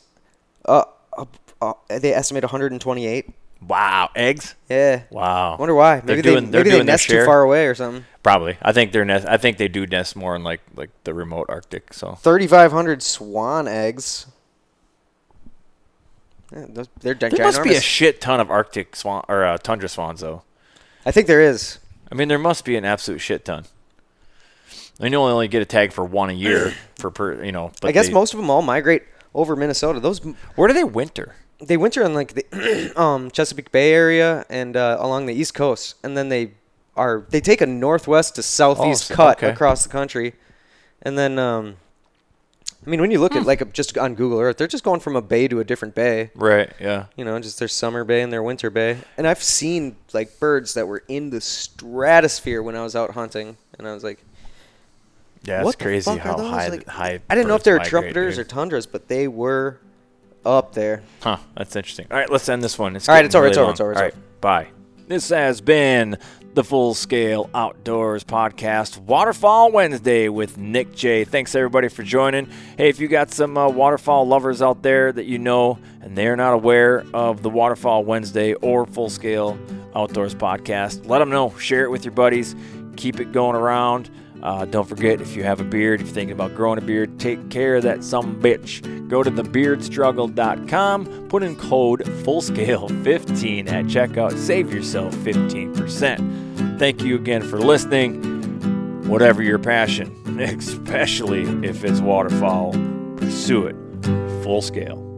Speaker 3: uh, uh, uh, they estimate 128.
Speaker 2: Wow, eggs.
Speaker 3: Yeah.
Speaker 2: Wow.
Speaker 3: I wonder why.
Speaker 2: They're
Speaker 3: Maybe
Speaker 2: doing-
Speaker 3: they
Speaker 2: they're
Speaker 3: maybe they
Speaker 2: doing their
Speaker 3: nest too
Speaker 2: share.
Speaker 3: far away or something.
Speaker 2: Probably. I think they're nest. I think they do nest more in like like the remote Arctic. So
Speaker 3: 3,500 swan eggs. Yeah, those- they're gi-
Speaker 2: There must be a
Speaker 3: ginormous.
Speaker 2: shit ton of Arctic swan or uh, tundra swans though.
Speaker 3: I think there is.
Speaker 2: I mean, there must be an absolute shit ton. I know I only get a tag for one a year for per, you know. But
Speaker 3: I guess
Speaker 2: they-
Speaker 3: most of them all migrate over Minnesota. Those
Speaker 2: Where do they winter?
Speaker 3: they winter in like the um, Chesapeake Bay area and uh, along the East Coast, and then they are they take a northwest to southeast
Speaker 2: so- Oh,
Speaker 3: cut
Speaker 2: okay.
Speaker 3: across the country, and then um, I mean when you look
Speaker 2: Hmm.
Speaker 3: at like just on Google Earth, they're just going from a bay to a different bay.
Speaker 2: Right. Yeah.
Speaker 3: You know, just their summer bay and their winter bay. And I've seen like birds that were in the stratosphere when I was out hunting, and I was like,
Speaker 2: Yeah. It's
Speaker 3: what the
Speaker 2: crazy
Speaker 3: fuck are
Speaker 2: how
Speaker 3: those?
Speaker 2: high
Speaker 3: Like,
Speaker 2: high.
Speaker 3: I didn't know
Speaker 2: birds
Speaker 3: if they were
Speaker 2: migrate,
Speaker 3: trumpeters or
Speaker 2: dude.
Speaker 3: tundras, but they were up there.
Speaker 2: Huh, that's interesting. All right, let's end this one. It's
Speaker 3: All right,
Speaker 2: getting
Speaker 3: it's over, it's
Speaker 2: really
Speaker 3: over, it's
Speaker 2: long.
Speaker 3: over, it's
Speaker 2: All right, bye. This has been the Full Scale Outdoors Podcast, Waterfall Wednesday with Nick J. Thanks everybody for joining. Hey, if you got some uh, waterfall lovers out there that you know and they're not aware of the Waterfall Wednesday or Full Scale Outdoors Podcast, let them know. Share it with your buddies. Keep it going around. Uh, don't forget, if you have a beard, if you're thinking about growing a beard, take care of that some bitch. Go to thebeardstruggle.com, put in code FULLSCALE15 at checkout, save yourself 15%. Thank you again for listening. Whatever your passion, especially if it's waterfowl, pursue it full scale.